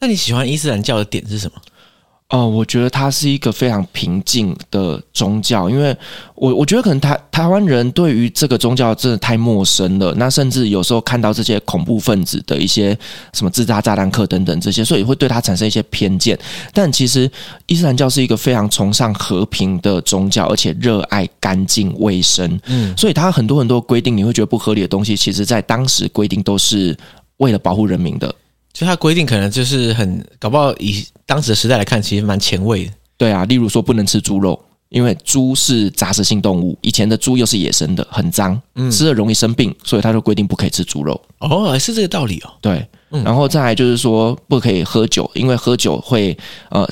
[SPEAKER 1] 那你喜欢伊斯兰教的点是什么？
[SPEAKER 2] 哦，我觉得它是一个非常平静的宗教，因为我我觉得可能台台湾人对于这个宗教真的太陌生了，那甚至有时候看到这些恐怖分子的一些什么自杀炸弹客等等这些，所以会对他产生一些偏见。但其实伊斯兰教是一个非常崇尚和平的宗教，而且热爱干净卫生，
[SPEAKER 1] 嗯，
[SPEAKER 2] 所以它很多很多规定你会觉得不合理的东西，其实在当时规定都是为了保护人民的。
[SPEAKER 1] 就他规定可能就是很，搞不好以当时的时代来看，其实蛮前卫的。
[SPEAKER 2] 对啊，例如说不能吃猪肉，因为猪是杂食性动物，以前的猪又是野生的，很脏，吃了容易生病，所以他就规定不可以吃猪肉。
[SPEAKER 1] 哦，是这个道理哦。
[SPEAKER 2] 对，然后再来就是说不可以喝酒，因为喝酒会呃，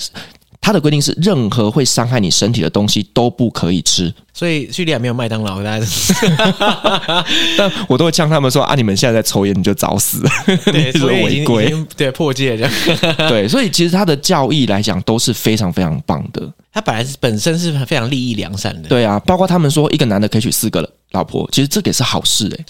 [SPEAKER 2] 他的规定是任何会伤害你身体的东西都不可以吃。
[SPEAKER 1] 所以叙利亚没有麦当劳，大家
[SPEAKER 2] 但我都会呛他们说啊，你们现在在抽烟，你就早死。
[SPEAKER 1] 对，
[SPEAKER 2] 你 是
[SPEAKER 1] 所以已经
[SPEAKER 2] 违规
[SPEAKER 1] 已经对破戒这样。
[SPEAKER 2] 对，所以其实他的教义来讲都是非常非常棒的。
[SPEAKER 1] 他本来是本身是非常利益良善的，
[SPEAKER 2] 对啊，包括他们说一个男的可以娶四个老婆，其实这个也是好事欸诶、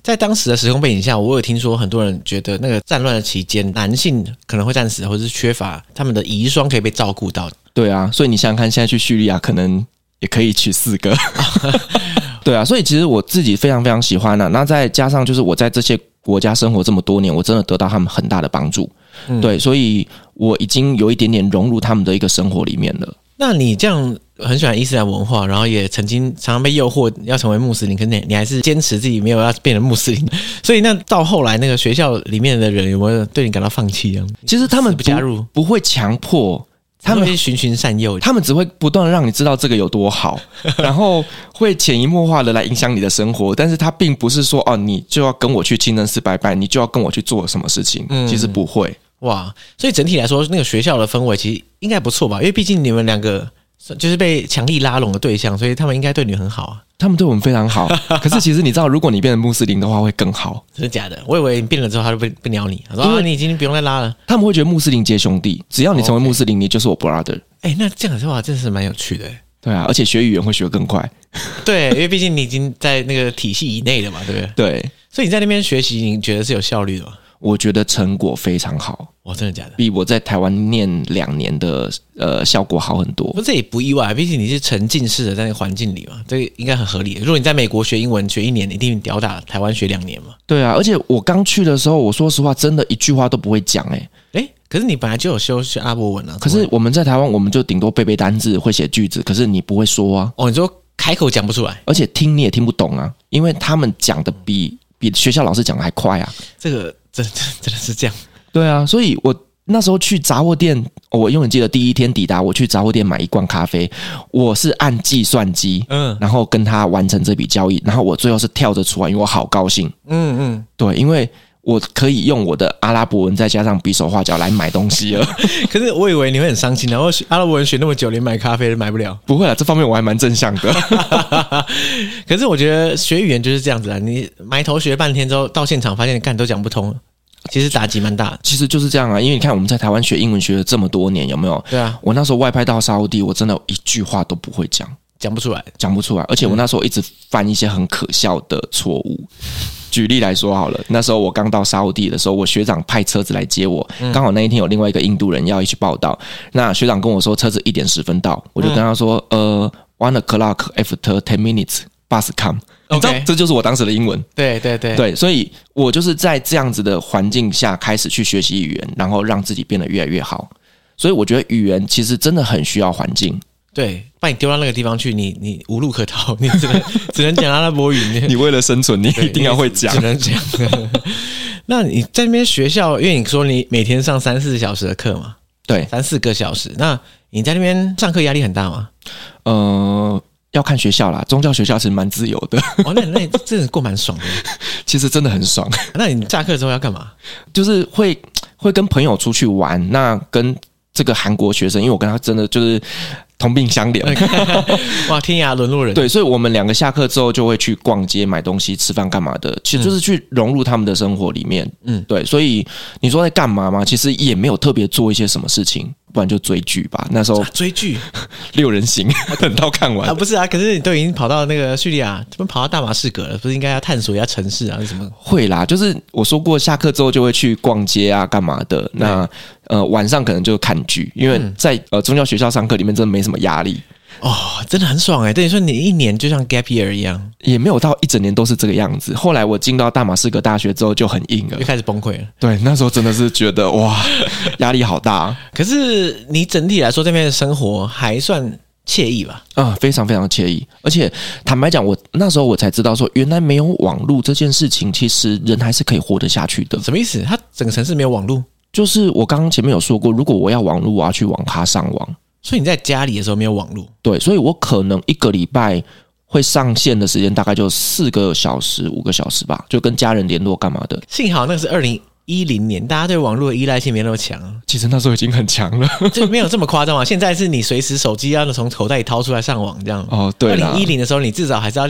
[SPEAKER 1] 在当时的时空背景下，我有听说很多人觉得那个战乱的期间，男性可能会战死，或者是缺乏他们的遗孀可以被照顾到。
[SPEAKER 2] 对啊，所以你想想看，现在去叙利亚可能也可以娶四个。 对啊，所以其实我自己非常非常喜欢啊。那再加上就是我在这些国家生活这么多年，我真的得到他们很大的帮助。
[SPEAKER 1] 嗯
[SPEAKER 2] 对，所以我已经有一点点融入他们的一个生活里面了。
[SPEAKER 1] 那你这样很喜欢伊斯兰文化，然后也曾经常常被诱惑要成为穆斯林，可是你你还是坚持自己没有要变成穆斯林， 所以那到后来那个学校里面的人有没有对你感到放弃啊？
[SPEAKER 2] 其实他们
[SPEAKER 1] 不加入，
[SPEAKER 2] 不会强迫他们
[SPEAKER 1] 会循循善诱，
[SPEAKER 2] 他们只会不断地让你知道这个有多 好，然后会潜移默化的来影响你的生活，但是他并不是说哦，你就要跟我去清真寺拜拜，你就要跟我去做什么事情，
[SPEAKER 1] 嗯
[SPEAKER 2] 其实不会。
[SPEAKER 1] 哇！所以整体来说，那个学校的氛围其实应该不错吧？因为毕竟你们两个是就是被强力拉拢的对象，所以他们应该对你很好啊。
[SPEAKER 2] 他们对我们非常 好，可是其实你知道，如果你变成穆斯林的话，会更好。
[SPEAKER 1] 真的假的？我以为你变了之后他就不不鸟你，他说
[SPEAKER 2] 因为
[SPEAKER 1] 啊你已经不用再拉了。
[SPEAKER 2] 他们会觉得穆斯林结兄弟，只要你成 为穆斯林，你就是我 brother。
[SPEAKER 1] 哎、那这样的话真的是蛮有趣的欸。
[SPEAKER 2] 对啊，而且学语言会学得更快。
[SPEAKER 1] 对，因为毕竟你已经在那个体系以内了嘛，对不对？
[SPEAKER 2] 对，
[SPEAKER 1] 所以你在那边学习，你觉得是有效率的吗？
[SPEAKER 2] 我觉得成果非常好，
[SPEAKER 1] 哇，真的假的？
[SPEAKER 2] 比我在台湾念两年的呃效果好很多
[SPEAKER 1] 不。过这也不意外，毕竟你是沉浸式的在那个环境里嘛，这个应该很合理。如果你在美国学英文学一年，一定吊打台湾学两年嘛。
[SPEAKER 2] 对啊，而且我刚去的时候，我说实话，真的一句话都不会讲诶、
[SPEAKER 1] 哎、可是你本来就有修学阿拉伯文啊，
[SPEAKER 2] 可
[SPEAKER 1] 怎么
[SPEAKER 2] 是我们在台湾，我们就顶多背背单字，会写句子，可是你不会说啊，
[SPEAKER 1] 哦，你说开口讲不出来，
[SPEAKER 2] 而且听你也听不懂啊，因为他们讲的比比学校老师讲的还快啊。
[SPEAKER 1] 这个真真真的是这样。
[SPEAKER 2] 对啊，所以我那时候去杂货店，哦我永远记得第一天抵达，我去杂货店买一罐咖啡，我是按计算机，
[SPEAKER 1] 嗯
[SPEAKER 2] 然后跟他完成这笔交易，然后我最后是跳着出来，因为我好高兴。
[SPEAKER 1] 嗯嗯，
[SPEAKER 2] 对，因为我可以用我的阿拉伯文再加上比手画脚来买东西了。
[SPEAKER 1] 嗯可是我以为你会很伤心，然后学阿拉伯文学那么久，连买咖啡都买不了。
[SPEAKER 2] 不会啦，这方面我还蛮正向的。
[SPEAKER 1] 可是我觉得学语言就是这样子啊，你埋头学半天之后，到现场发现干都讲不通，其实打击蛮大的。
[SPEAKER 2] 其实就是这样啊，因为你看我们在台湾学英文学了这么多年，有没有？
[SPEAKER 1] 对啊，
[SPEAKER 2] 我那时候外派到沙烏地，我真的一句话都不会讲，
[SPEAKER 1] 讲不出来。
[SPEAKER 2] 讲不出来，而且我那时候一直犯一些很可笑的错误。举例来说好了，那时候我刚到沙烏地的时候，我学长派车子来接我，刚好那一天有另外一个印度人要一起报道，那学长跟我说车子一点十分到，我就跟他说，呃，one o'clock after ten minutes bus come，你知道
[SPEAKER 1] OK
[SPEAKER 2] 这就是我当时的英文。
[SPEAKER 1] 对对对，
[SPEAKER 2] 对，所以我就是在这样子的环境下开始去学习语言，然后让自己变得越来越好。所以我觉得语言其实真的很需要环境，
[SPEAKER 1] 对，把你丢到那个地方去，你你无路可逃，你只 能只能讲阿拉伯语，你
[SPEAKER 2] 你为了生存，你
[SPEAKER 1] 对
[SPEAKER 2] 一定要会讲
[SPEAKER 1] 只。能这样。那你在那边学校，因为你说你每天上三四小时的课嘛，
[SPEAKER 2] 对，
[SPEAKER 1] 三四个小时，那你在那边上课压力很大吗？
[SPEAKER 2] 呃，要看学校啦，宗教学校其实蛮自由的，
[SPEAKER 1] 哦，那那你真的过蛮爽的。
[SPEAKER 2] 其实真的很爽，
[SPEAKER 1] 那你下课之后要干嘛？
[SPEAKER 2] 就是会会跟朋友出去玩，那跟。这个韩国学生，因为我跟他真的就是同病相怜。
[SPEAKER 1] 哇，天涯沦落人，
[SPEAKER 2] 对，所以我们两个下课之后就会去逛街、买东西、吃饭、干嘛的，其实就是去融入他们的生活里面。
[SPEAKER 1] 嗯
[SPEAKER 2] 嗯，对，所以你说在干嘛吗？其实也没有特别做一些什么事情，不然就追剧吧。那时候
[SPEAKER 1] 啊追剧
[SPEAKER 2] 六人行 等到看完
[SPEAKER 1] 啊，，不是啊，可是你都已经跑到那个叙利亚，怎么跑到大马士革了？不是应该要探索一下城市啊？什么？
[SPEAKER 2] 会啦，就是我说过，下课之后就会去逛街啊，干嘛的。那呃，晚上可能就看剧，因为在、呃宗教学校上课里面真的没什么压力，
[SPEAKER 1] 哦，真的很爽哎、等于说你一年就像 gap year 一样，
[SPEAKER 2] 也没有到一整年都是这个样子。后来我进到大马士革大学之后就很硬了
[SPEAKER 1] 又，开始崩溃了。
[SPEAKER 2] 对，那时候真的是觉得哇， 压力好大啊、
[SPEAKER 1] 可是你整体来说这边的生活还算惬意吧？
[SPEAKER 2] 啊非常非常惬意。而且坦白讲，我那时候我才知道说，原来没有网络这件事情，其实人还是可以活得下去的。
[SPEAKER 1] 什么意思？它整个城市没有网络，
[SPEAKER 2] 就是我刚刚前面有说过，如果我要网络，我要去网咖上网。
[SPEAKER 1] 所以你在家里的时候没有网络，
[SPEAKER 2] 对，所以我可能一个礼拜会上线的时间大概就四个小时、五个小时吧，就跟家人联络干嘛的。
[SPEAKER 1] 幸好那个是二零一零年，大家对网络的依赖性没那么强 啊，
[SPEAKER 2] 其实那时候已经很强了。
[SPEAKER 1] 这没有这么夸张啊。现在是你随时手机要从口袋里掏出来上网这样。
[SPEAKER 2] 哦，
[SPEAKER 1] 二
[SPEAKER 2] 对啦
[SPEAKER 1] 零一，零的时候，你至少还是要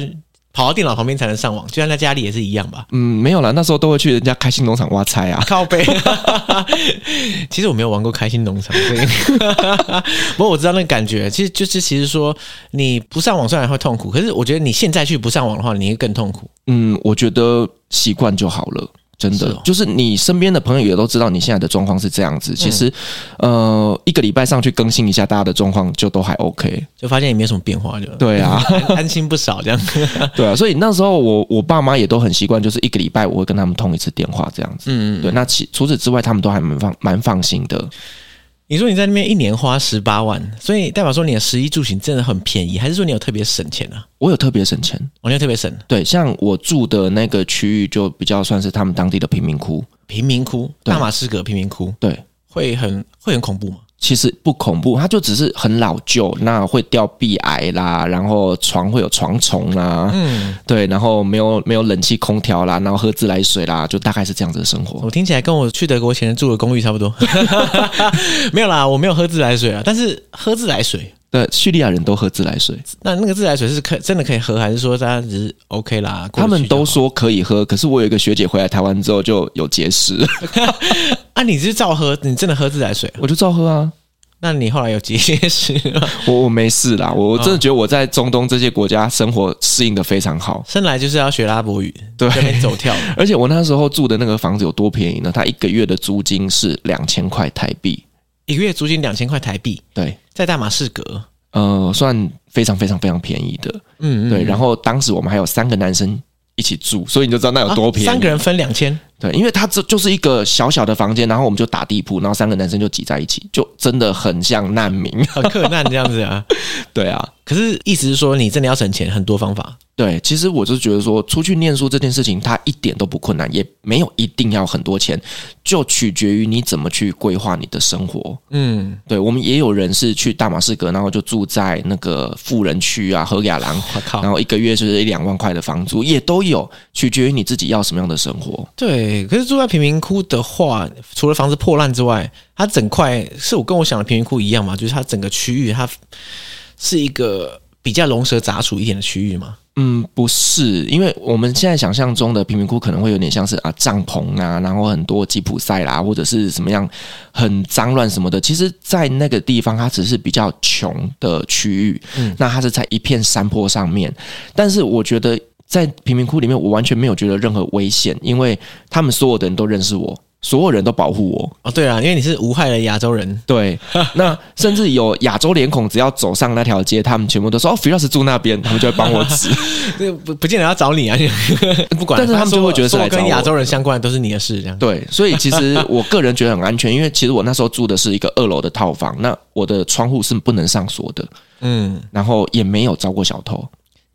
[SPEAKER 1] 跑到电脑旁边才能上网，就算在家里也是一样吧。
[SPEAKER 2] 嗯，没有啦，那时候都会去人家开心农场挖菜啊。
[SPEAKER 1] 靠背，其实我没有玩过开心农场，所以 不过我知道那个感觉。其实就是，其实说你不上网虽然会痛苦，可是我觉得你现在去不上网的话，你会更痛苦。
[SPEAKER 2] 嗯，我觉得习惯就好了。真的，
[SPEAKER 1] 是哦
[SPEAKER 2] 就是你身边的朋友也都知道你现在的状况是这样子。其实，呃，一个礼拜上去更新一下大家的状况，就都还 OK。
[SPEAKER 1] 就发现也没有什么变化，就
[SPEAKER 2] 对啊，
[SPEAKER 1] 安心不少这样。
[SPEAKER 2] 对啊，所以那时候我我爸妈也都很习惯，就是一个礼拜我会跟他们通一次电话这样子。
[SPEAKER 1] 嗯，
[SPEAKER 2] 对，那其除此之外，他们都还蛮放蛮放心的。
[SPEAKER 1] 你说你在那边一年花十八万，所以代表说你的十一住行真的很便宜，还是说你有特别省钱啊？
[SPEAKER 2] 我有特别省钱，
[SPEAKER 1] 我觉得特别省，
[SPEAKER 2] 对，像我住的那个区域就比较算是他们当地的贫民窟，
[SPEAKER 1] 贫民窟，
[SPEAKER 2] 对
[SPEAKER 1] 大马士革贫民窟
[SPEAKER 2] 对。
[SPEAKER 1] 会很会很恐怖吗？
[SPEAKER 2] 其实不恐怖，它就只是很老旧，那会掉壁癌啦，然后床会有床虫啦，
[SPEAKER 1] 嗯，
[SPEAKER 2] 对，然后没有没有冷气空调啦，然后喝自来水啦，就大概是这样子的生活。
[SPEAKER 1] 我听起来跟我去德国前住的公寓差不多， 没有啦，我没有喝自来水啊，但是喝自来水，
[SPEAKER 2] 对，叙利亚人都喝自来水，
[SPEAKER 1] 那那个自来水是可真的可以喝，还是说大家只是 OK 啦？过
[SPEAKER 2] 他
[SPEAKER 1] 得去
[SPEAKER 2] 们都
[SPEAKER 1] 就好
[SPEAKER 2] 说可以喝，可是我有一个学姐回来台湾之后就有 结石，
[SPEAKER 1] 啊，你是照喝，你真的喝自来水啊？
[SPEAKER 2] 我就照喝啊，
[SPEAKER 1] 那你后来有结石吗？
[SPEAKER 2] 我我没事
[SPEAKER 1] 嗯
[SPEAKER 2] 啦，我我真的觉得我在中东这些国家生活适应的非常好，
[SPEAKER 1] 生来就是要学拉伯语，
[SPEAKER 2] 对
[SPEAKER 1] 在那边走跳。
[SPEAKER 2] 而且我那时候住的那个房子有多便宜呢？它一个月的租金是两千块台币，
[SPEAKER 1] 一个月租金两千块台币，
[SPEAKER 2] 对，
[SPEAKER 1] 在大马士革。
[SPEAKER 2] 呃，算非常非常非常便宜的，
[SPEAKER 1] 嗯
[SPEAKER 2] 对。然
[SPEAKER 1] 后
[SPEAKER 2] 后当时我们还有三个男生一起住，所以你就知道那有多便宜。
[SPEAKER 1] 啊三个人分两千，
[SPEAKER 2] 对，因为它这就是一个小小的房间，然后我们就打地铺，然后三个男生就挤在一起，就真的很像难民。
[SPEAKER 1] 很困难这样子啊。
[SPEAKER 2] 对啊，
[SPEAKER 1] 可是意思是说，你真的要省钱，很多方法。
[SPEAKER 2] 对，其实我就觉得说，出去念书这件事情，它一点都不困难，也没有一定要很多钱，就取决于你怎么去规划你的生活。
[SPEAKER 1] 嗯，
[SPEAKER 2] 对我们也有人是去大马士革，然后就住在那个富人区啊、和雅郎，
[SPEAKER 1] 我靠
[SPEAKER 2] 然，后一个月就是一两万块的房租，也都有，取决于你自己要什么样的生活。
[SPEAKER 1] 对。可是住在贫民窟的话，除了房子破烂之外，它整块是我跟我想的贫民窟一样嘛，就是它整个区域它是一个比较龙蛇杂处一点的区域嘛。
[SPEAKER 2] 嗯，不是，因为我们现在想象中的贫民窟可能会有点像是啊帐篷啊，然后很多吉普赛啦，或者是什么样很脏乱什么的。其实，在那个地方，它只是比较穷的区域，
[SPEAKER 1] 嗯
[SPEAKER 2] 那它是在一片山坡上面。但是，我觉得在贫民窟里面，我完全没有觉得任何危险，因为他们所有的人都认识我，所有人都保护我。
[SPEAKER 1] 哦，对啊，因为你是无害的亚洲人，
[SPEAKER 2] 对，那甚至有亚洲脸孔，只要走上那条街，他们全部都说哦 f i r a s 住那边，他们就会帮我指。
[SPEAKER 1] 这不不见得要找你啊，不管。
[SPEAKER 2] 但是他们就会觉得是
[SPEAKER 1] 说
[SPEAKER 2] 来找
[SPEAKER 1] 跟
[SPEAKER 2] 我
[SPEAKER 1] 亚洲人相关的都是你的事，这样。
[SPEAKER 2] 对，所以其实我个人觉得很安全，因为其实我那时候住的是一个二楼的套房，那我的窗户是不能上锁的，
[SPEAKER 1] 嗯，
[SPEAKER 2] 然后也没有遭过小偷，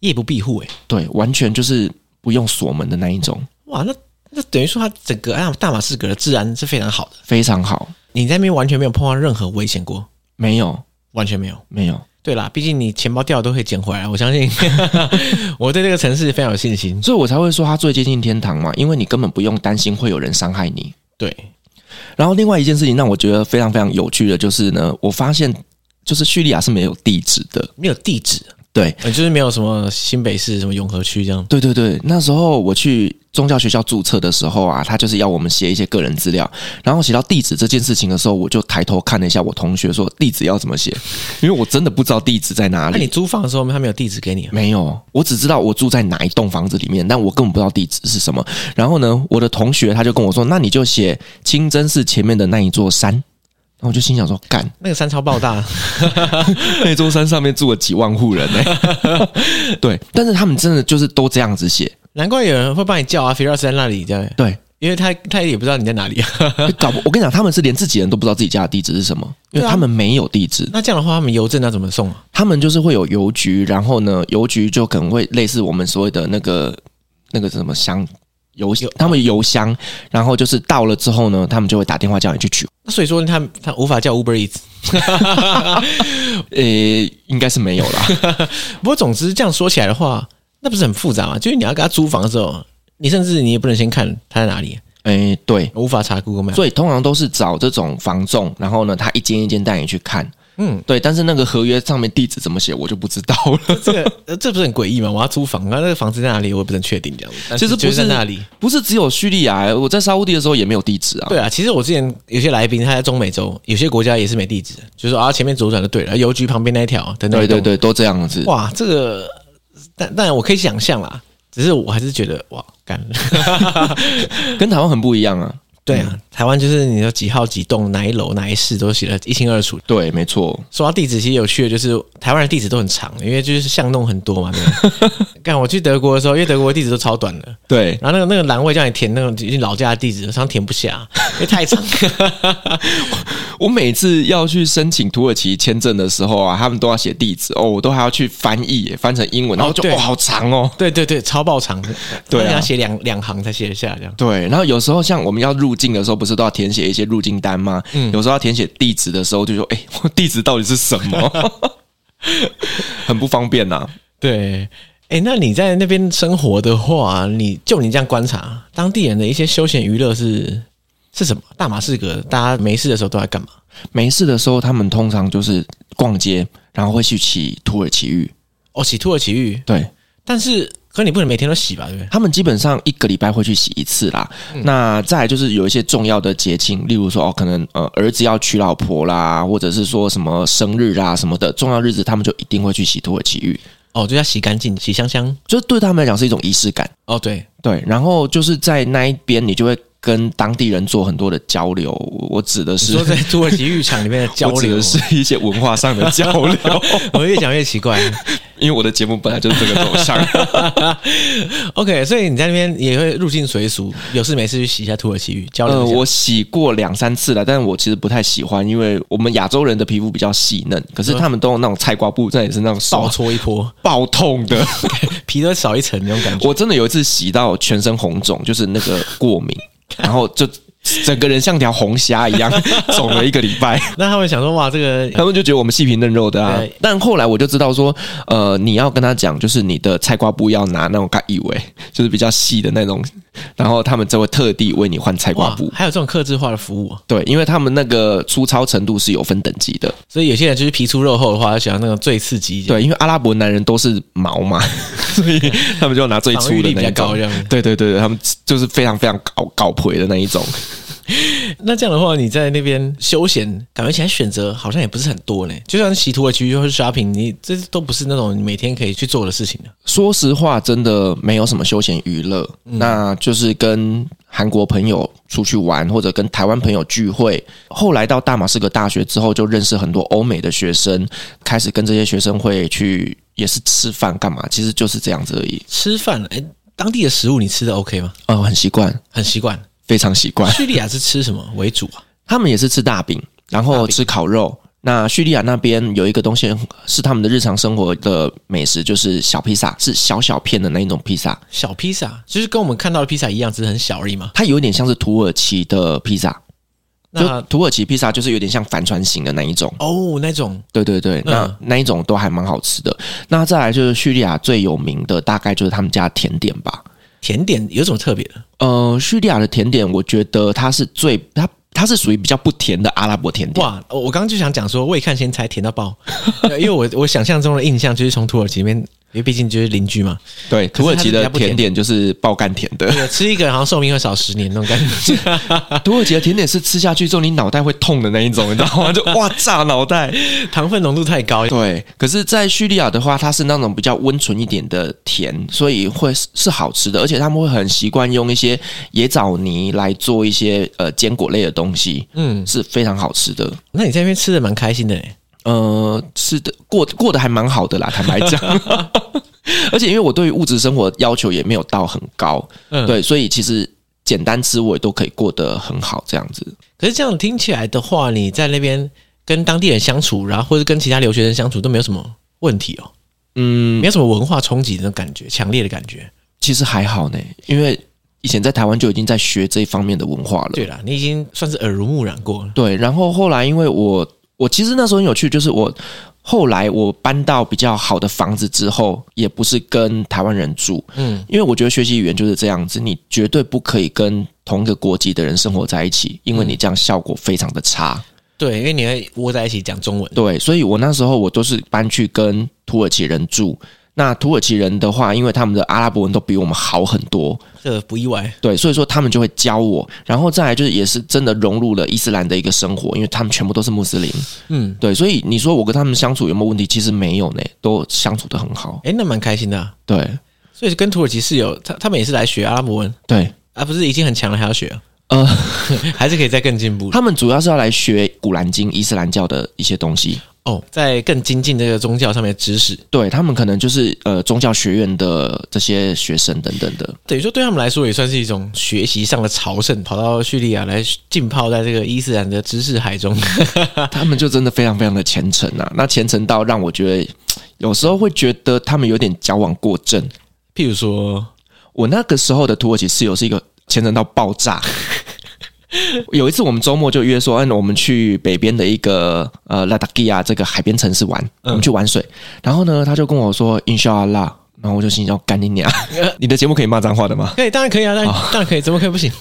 [SPEAKER 1] 夜不闭户哎、
[SPEAKER 2] 对，完全就是不用锁门的那一种，
[SPEAKER 1] 哇，那那等于说它整个啊大大马士革的治安是非常好的，
[SPEAKER 2] 非常好，
[SPEAKER 1] 你在那边完全没有碰到任何危险过，
[SPEAKER 2] 没有
[SPEAKER 1] 完全没有。
[SPEAKER 2] 没有，
[SPEAKER 1] 对啦，毕竟你钱包掉了都可以捡回来，我相 信我对这个城市非常有信心。
[SPEAKER 2] 所以我才会说它最接近天堂嘛，因为你根本不用担心会有人伤害你。
[SPEAKER 1] 对，
[SPEAKER 2] 然后另外一件事情让我觉得非常非常有趣的就是呢，我发现就是叙利亚是没有地址的。
[SPEAKER 1] 没有地址，
[SPEAKER 2] 对，
[SPEAKER 1] 呃就是没有什么新北市什么永和区这样。
[SPEAKER 2] 对对对，那时候我去宗教学校注册的时候啊，他就是要我们写一些个人资料，然后写到地址这件事情的时候，我就抬头看了一下我同学说地址要怎么写，因为我真的不知道地址在哪
[SPEAKER 1] 那、
[SPEAKER 2] 里
[SPEAKER 1] 你。租房的时候，他没有地址给你、啊，
[SPEAKER 2] 没有，我只知道我住在哪一栋房子里面，但我根本不知道地址是什么。然后呢，我的同学他就跟我说：“那你就写清真寺前面的那一座山。”然后我就心想说：“干，
[SPEAKER 1] 那个山超爆 大，
[SPEAKER 2] 那座山上面住了几万户人呢、 对，但是他们真的就是都这样子写，
[SPEAKER 1] 难怪有人会帮你叫啊，菲尔斯在那里这样，
[SPEAKER 2] 对，
[SPEAKER 1] 因为他他也不知道你在哪里啊。
[SPEAKER 2] 搞不，我跟你讲，他们是连自己人都不知道自己家的地址是什么，因
[SPEAKER 1] 对
[SPEAKER 2] 为
[SPEAKER 1] 啊
[SPEAKER 2] 他们没有地址，
[SPEAKER 1] 那这样的话，他们邮政要怎么送啊？
[SPEAKER 2] 他们就是会有邮局，然后呢，邮局就可能会类似我们所谓的那个那个什么箱邮
[SPEAKER 1] 邮，
[SPEAKER 2] 他们邮箱，然后就是到了之后呢，他们就会打电话叫你去取，
[SPEAKER 1] 那所以说他他无法叫 Uber Eats。
[SPEAKER 2] 呃，应该是没有啦，
[SPEAKER 1] 不过总之这样说起来的话，那不是很复杂吗？就是你要给他租房的时候，你甚至你也不能先看他在哪里，啊
[SPEAKER 2] 诶，对。
[SPEAKER 1] 无法查 Google Map。
[SPEAKER 2] 所以通常都是找这种房仲，然后呢，他一间一间带你去看，
[SPEAKER 1] 嗯，
[SPEAKER 2] 对。但是那个合约上面地址怎么写，我就不知道了。
[SPEAKER 1] 这个呃这不是很诡异吗？我要租房，那那个房子在哪里，我也不能确定这样子。但
[SPEAKER 2] 其实
[SPEAKER 1] 就
[SPEAKER 2] 不
[SPEAKER 1] 在
[SPEAKER 2] 是
[SPEAKER 1] 那里。
[SPEAKER 2] 不是只有叙利亚，我在沙乌地的时候也没有地址啊。
[SPEAKER 1] 对啊，其实我之前有些来宾他在中美洲，有些国家也是没地址，就说啊前面左转就对了，邮局旁边那一条等等。
[SPEAKER 2] 对对对，都这样子。
[SPEAKER 1] 哇，这个但但我可以想象啦，只是我还是觉得哇干。
[SPEAKER 2] 跟台湾很不一样啊。
[SPEAKER 1] 对啊，台湾就是你有几号几栋哪一楼哪一室都写的一清二楚。
[SPEAKER 2] 对，没错，
[SPEAKER 1] 说到地址，其实有趣的就是台湾的地址都很长，因为就是巷弄很多嘛。对吧 干我去德国的时候，因为德国的地址都超短的，
[SPEAKER 2] 对
[SPEAKER 1] 然后那个那个栏位叫你填那种已经老家的地址，常常填不下，因为 太长。
[SPEAKER 2] 我每次要去申请土耳其签证的时候啊，他们都要写地址哦，我都还要去翻译耶，翻成英文，然后就
[SPEAKER 1] 哦对
[SPEAKER 2] 哇、好长哦。
[SPEAKER 1] 对对对，超爆长的，
[SPEAKER 2] 对
[SPEAKER 1] 然
[SPEAKER 2] 啊
[SPEAKER 1] 后你要写两两行才写得下这样。
[SPEAKER 2] 对，然后有时候像我们要入境的时候，不是都要填写一些入境单吗？有时候要填写地址的时候，就说：“哎、 我地址到底是什么？” 很不方便呐、啊
[SPEAKER 1] 对，哎，那你在那边生活的话，你就你这样观察当地人的一些休闲娱乐是是什么？大马士革，大家没事的时候都在干嘛？
[SPEAKER 2] 没事的时候，他们通常就是逛街，然后会去骑土耳其浴。
[SPEAKER 1] 哦，洗土耳其浴，
[SPEAKER 2] 对，
[SPEAKER 1] 但是可你不能每天都洗吧，对不对？
[SPEAKER 2] 他们基本上一个礼拜会去洗一次啦。
[SPEAKER 1] 嗯
[SPEAKER 2] 那再来就是有一些重要的节庆，例如说哦，可能呃儿子要娶老婆啦，或者是说什么生日啦什么的重要日子，他们就一定会去洗土耳其浴，
[SPEAKER 1] 哦，就要洗干净，洗香香。
[SPEAKER 2] 就对他们来讲是一种仪式感。
[SPEAKER 1] 哦，对，
[SPEAKER 2] 对，然后就是在那一边，你就会跟当地人做很多的交流。我我指的
[SPEAKER 1] 你
[SPEAKER 2] 是
[SPEAKER 1] 说。在土耳其浴场里面的交
[SPEAKER 2] 我指
[SPEAKER 1] 流
[SPEAKER 2] 的，是一些文化上的交 流，
[SPEAKER 1] 我越讲越奇怪。
[SPEAKER 2] 因为我的节目本来就是这个走向。
[SPEAKER 1] OK，所以你在那边也会入境随俗，有事没事去洗一下土耳其浴，交流
[SPEAKER 2] 呃，
[SPEAKER 1] 一下。
[SPEAKER 2] 我洗过两三次了，但是我其实不太喜欢，因为我们亚洲人的皮肤比较细嫩，可是他们都用那种菜瓜布，这也是那种
[SPEAKER 1] 少
[SPEAKER 2] 手
[SPEAKER 1] 搓一波，
[SPEAKER 2] 爆痛的。
[SPEAKER 1] 皮都少一层那种感觉。
[SPEAKER 2] 我真的有一次洗到全身红肿，就是那个过敏，然后就整个人像条红虾一样肿了一个礼拜。
[SPEAKER 1] 那他们想说，哇，这个
[SPEAKER 2] 他们就觉得我们细皮嫩肉的啊
[SPEAKER 1] 对，
[SPEAKER 2] 但后来我就知道说，呃，你要跟他讲，就是你的菜瓜布要拿那种盖以为就是比较细的那种，然后他们就会特地为你换菜瓜
[SPEAKER 1] 哇
[SPEAKER 2] 布，。
[SPEAKER 1] 还有这种克制化的服务哦、
[SPEAKER 2] 对，因为他们那个粗糙程度是有分等级的，
[SPEAKER 1] 所以有些人就是皮粗肉厚的话，喜欢那种最刺激一点，
[SPEAKER 2] 对，因为阿拉伯男人都是毛嘛， 所以他们就拿最粗
[SPEAKER 1] 防御
[SPEAKER 2] 的
[SPEAKER 1] 力比
[SPEAKER 2] 那
[SPEAKER 1] 较
[SPEAKER 2] 一
[SPEAKER 1] 高
[SPEAKER 2] 种
[SPEAKER 1] 这。样。
[SPEAKER 2] 对对对对，他们就是非常非常搞搞腿的那一种。
[SPEAKER 1] 那这样的话，你在那边休闲，感觉起来选择好像也不是很多呢。就算洗土耳其浴或是 shopping，你这都不是那种你每天可以去做的事情的。
[SPEAKER 2] 说实话，真的没有什么休闲娱乐，
[SPEAKER 1] 嗯
[SPEAKER 2] 那就是跟韩国朋友出去玩，或者跟台湾朋友聚会。后来到大马士革大学之后，就认识很多欧美的学生，开始跟这些学生会去，也是吃饭干嘛，其实就是这样子而已。
[SPEAKER 1] 吃饭，哎、当地的食物你吃的 OK 吗？
[SPEAKER 2] 呃，很习惯，
[SPEAKER 1] 很习惯。
[SPEAKER 2] 非常习惯。
[SPEAKER 1] 叙利亚是吃什么为主啊？
[SPEAKER 2] 他们也是吃大饼，然后吃烤肉。那叙利亚那边有一个东西是他们的日常生活的美食，就是小披萨，是小小片的那一种披萨，
[SPEAKER 1] 小披萨，就是跟我们看到的披萨一样，只是很小而已嘛。
[SPEAKER 2] 它有点像是土耳其的披萨，就
[SPEAKER 1] 那
[SPEAKER 2] 土耳其披萨就是有点像帆船型的那一种。
[SPEAKER 1] 哦，那种
[SPEAKER 2] 对对对，那、
[SPEAKER 1] 嗯
[SPEAKER 2] 那一种都还蛮好吃的。那再来就是叙利亚最有名的，大概就是他们家的甜点吧。
[SPEAKER 1] 甜点有什么特别的？
[SPEAKER 2] 呃，叙利亚的甜点，我觉得它是最它它是属于比较不甜的阿拉伯甜点。
[SPEAKER 1] 哇，我我刚刚就想讲说，未看先猜，甜到爆， 对因为我我想象中的印象就是从土耳其那边，因为毕竟就是邻居嘛，
[SPEAKER 2] 对，土耳其
[SPEAKER 1] 可是它是比
[SPEAKER 2] 的
[SPEAKER 1] 较不甜
[SPEAKER 2] 甜点就是爆干甜的。
[SPEAKER 1] 对，吃一个好像寿命会少十年那种感觉，
[SPEAKER 2] 土耳其的甜点是吃下去之后你脑袋会痛的那一种，你知道 吗？就哇炸脑袋。
[SPEAKER 1] 糖分浓度太高。
[SPEAKER 2] 对，可是，在叙利亚的话，它是那种比较温存一点的甜，所以会是是好吃的，而且他们会很习惯用一些野枣泥来做一些呃坚果类的东西，
[SPEAKER 1] 嗯，
[SPEAKER 2] 是非常好吃的。
[SPEAKER 1] 那你在那边吃的蛮开心的欸，
[SPEAKER 2] 呃，吃的过过得还蛮好的啦，坦白 讲。而且因为我对于物质生活要求也没有到很高，
[SPEAKER 1] 嗯，。
[SPEAKER 2] 对，所以其实简单吃我也都可以过得很好这样子。
[SPEAKER 1] 可是这样听起来的话，你在那边跟当地人相处，然后或者跟其他留学生相处都没有什么问题哦，
[SPEAKER 2] 嗯，
[SPEAKER 1] 没有什么文化冲击的那种感觉，强烈的感觉。
[SPEAKER 2] 其实还好呢，因为以前在台湾就已经在学这一方面的文化了。
[SPEAKER 1] 对啦，你已经算是耳濡目染过了。
[SPEAKER 2] 对，然后后来因为我我其实那时候很有趣，就是我后来我搬到比较好的房子之后，也不是跟台湾人住，
[SPEAKER 1] 嗯，
[SPEAKER 2] 因为我觉得学习语言就是这样子，你绝对不可以跟同一个国籍的人生活在一起，因为你这样效果非常的差。
[SPEAKER 1] 对，因为你会窝在一起讲中文。
[SPEAKER 2] 对，所以我那时候我都是搬去跟土耳其人住。那土耳其人的话，因为他们的阿拉伯文都比我们好很多，
[SPEAKER 1] 这个不意外。
[SPEAKER 2] 对，所以说他们就会教我，然后再来就是也是真的融入了伊斯兰的一个生活，因为他们全部都是穆斯林，
[SPEAKER 1] 嗯，
[SPEAKER 2] 对，所以你说我跟他们相处有没有问题？其实没有呢，都相处的很好。
[SPEAKER 1] 诶，那蛮开心的啊、
[SPEAKER 2] 对
[SPEAKER 1] 所以跟土耳其室友，他他们也是来学阿拉伯文，
[SPEAKER 2] 对，
[SPEAKER 1] 啊，不是已经很强了还要学啊、
[SPEAKER 2] 呃，
[SPEAKER 1] 还是可以再更进步的
[SPEAKER 2] 他们主要是要来学《古兰经》伊斯兰教的一些东西。
[SPEAKER 1] 哦，在更精进这个宗教上面的知识，
[SPEAKER 2] 对他们可能就是呃宗教学院的这些学生等等的，
[SPEAKER 1] 等于说对他们来说也算是一种学习上的朝圣，跑到叙利亚来浸泡在这个伊斯兰的知识海 中。
[SPEAKER 2] 他们就真的非常非常的虔诚啊。那虔诚到让我觉得有时候会觉得他们有点矫枉过正。
[SPEAKER 1] 譬如说，
[SPEAKER 2] 我那个时候的土耳其室友是一个虔诚到爆炸。有一次我们周末就约说，嗯，我们去北边的一个呃拉达基亚这个海边城市玩，我们去玩水。然后呢，他就跟我说 Inshallah，然后我就心想干你娘，你的节目可以骂脏话的吗？
[SPEAKER 1] 可以，当然可以啊，当然、当然可以，怎么可以不行？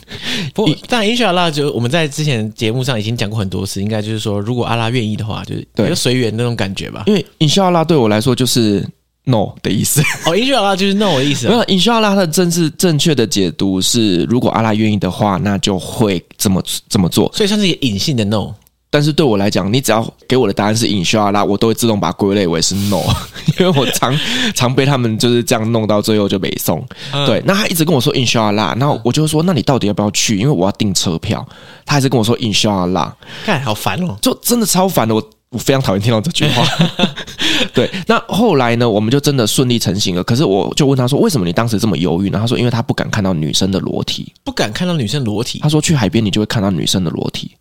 [SPEAKER 1] 不 过，当然伊 n s h 就我们在之前节目上已经讲过很多次，应该就是说，如果阿拉愿意的话，就是
[SPEAKER 2] 对
[SPEAKER 1] 就随缘那种感觉吧。
[SPEAKER 2] 因为 Inshallah 对我来说就是 no 的意思。
[SPEAKER 1] 哦伊 n s h 就是 no 的意思
[SPEAKER 2] 没
[SPEAKER 1] 啊、
[SPEAKER 2] 有 Inshallah 它的正是正确的解读是，如果阿拉愿意的话，那就会这么这么做。
[SPEAKER 1] 所以算是一个隐性的 no。
[SPEAKER 2] 但是对我来讲，你只要给我的答案是 inshallah，我都会自动把它归类为是 no，因为 我常常被他们就是这样弄到最后就没送。
[SPEAKER 1] 嗯
[SPEAKER 2] 对，那他一直跟我说 inshallah，那我就说，那你到底要不要去？因为我要订车票。他还是跟我说 inshallah，
[SPEAKER 1] 看，好烦哦。
[SPEAKER 2] 就真的超烦的，我我非常讨厌听到这句话。对，那后来呢，我们就真的顺利成型了。可是我就问他说，为什么你当时这么犹豫呢？他说，因为他不敢看到女生的裸体。
[SPEAKER 1] 不敢看到女生裸体。
[SPEAKER 2] 他说，去海边你就会看到女生的裸体。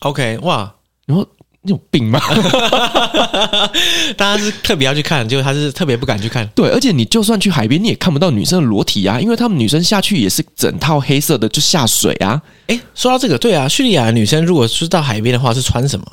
[SPEAKER 1] OK，哇，
[SPEAKER 2] 然后你有病吗？
[SPEAKER 1] 大家是特别要去看，结果他是特别不敢去看。
[SPEAKER 2] 对，而且你就算去海边，你也看不到女生的裸体啊，因为她们女生下去也是整套黑色的就下水啊。
[SPEAKER 1] 诶，说到这个，对啊，叙利亚的女生如果是到海边的话，是穿什么？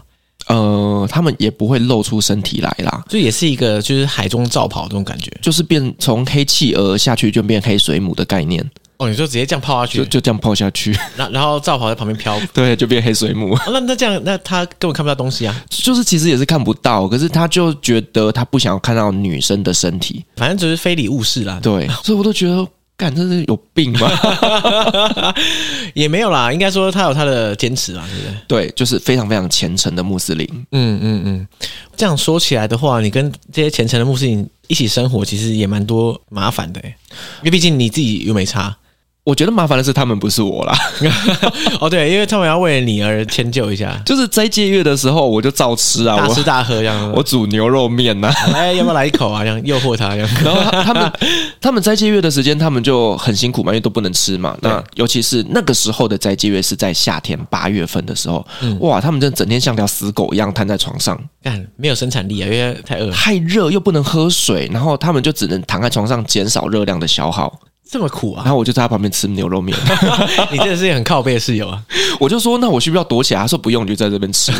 [SPEAKER 2] 呃，她们也不会露出身体来啦，
[SPEAKER 1] 就也是一个就是海中罩袍这种感觉。
[SPEAKER 2] 就是变从黑企鹅下去就变黑水母的概念，
[SPEAKER 1] 哦，你说直接这样泡下
[SPEAKER 2] 就
[SPEAKER 1] 去，
[SPEAKER 2] 就这样泡下去，
[SPEAKER 1] 然然后罩袍在旁边飘。 哦
[SPEAKER 2] 对，就变黑水母。
[SPEAKER 1] 那那这样，那他根本看不到东西啊。
[SPEAKER 2] 就是其实也是看不到，可是她就觉得她不想要看到女生的身体，
[SPEAKER 1] 反正只是非礼勿视啦，
[SPEAKER 2] 对，所以我都觉得。干，这是有病吧？
[SPEAKER 1] 也没有啦。应该说他有他的坚持啦，对不对？
[SPEAKER 2] 对，就是非常非常虔诚的穆斯林。
[SPEAKER 1] 嗯嗯嗯。这样说起来的话，你跟这些虔诚的穆斯林一起生活，其实也蛮多麻烦的、欸，因为毕竟你自己又没差。
[SPEAKER 2] 我觉得麻烦的是他们，不是我啦。
[SPEAKER 1] 哦，对，因为他们要为了你而迁就一下，
[SPEAKER 2] 就是斋戒月的时候，我就照吃啊，
[SPEAKER 1] 大
[SPEAKER 2] 我
[SPEAKER 1] 吃大喝这样。
[SPEAKER 2] 我煮牛肉面啊呐、
[SPEAKER 1] 哎，要不要来一口啊？这样诱惑他 这样。
[SPEAKER 2] 然后他他们他们斋戒月的时间，他们就很辛苦嘛，因为都不能吃嘛。那
[SPEAKER 1] 对
[SPEAKER 2] 尤其是那个时候的斋戒月是在夏天八月份的时候，哇，他们真的整天像条死狗一样瘫在床上，
[SPEAKER 1] 干，没有生产力啊，因为太饿了。
[SPEAKER 2] 太热又不能喝水，然后他们就只能躺在床上减少热量的消耗。
[SPEAKER 1] 这么苦啊
[SPEAKER 2] 然！后我就在他旁边吃牛肉 面，
[SPEAKER 1] 你真的是很靠背的室 友啊！
[SPEAKER 2] 我就说那我需不需要躲起来？他说不用，你就在这边 吃。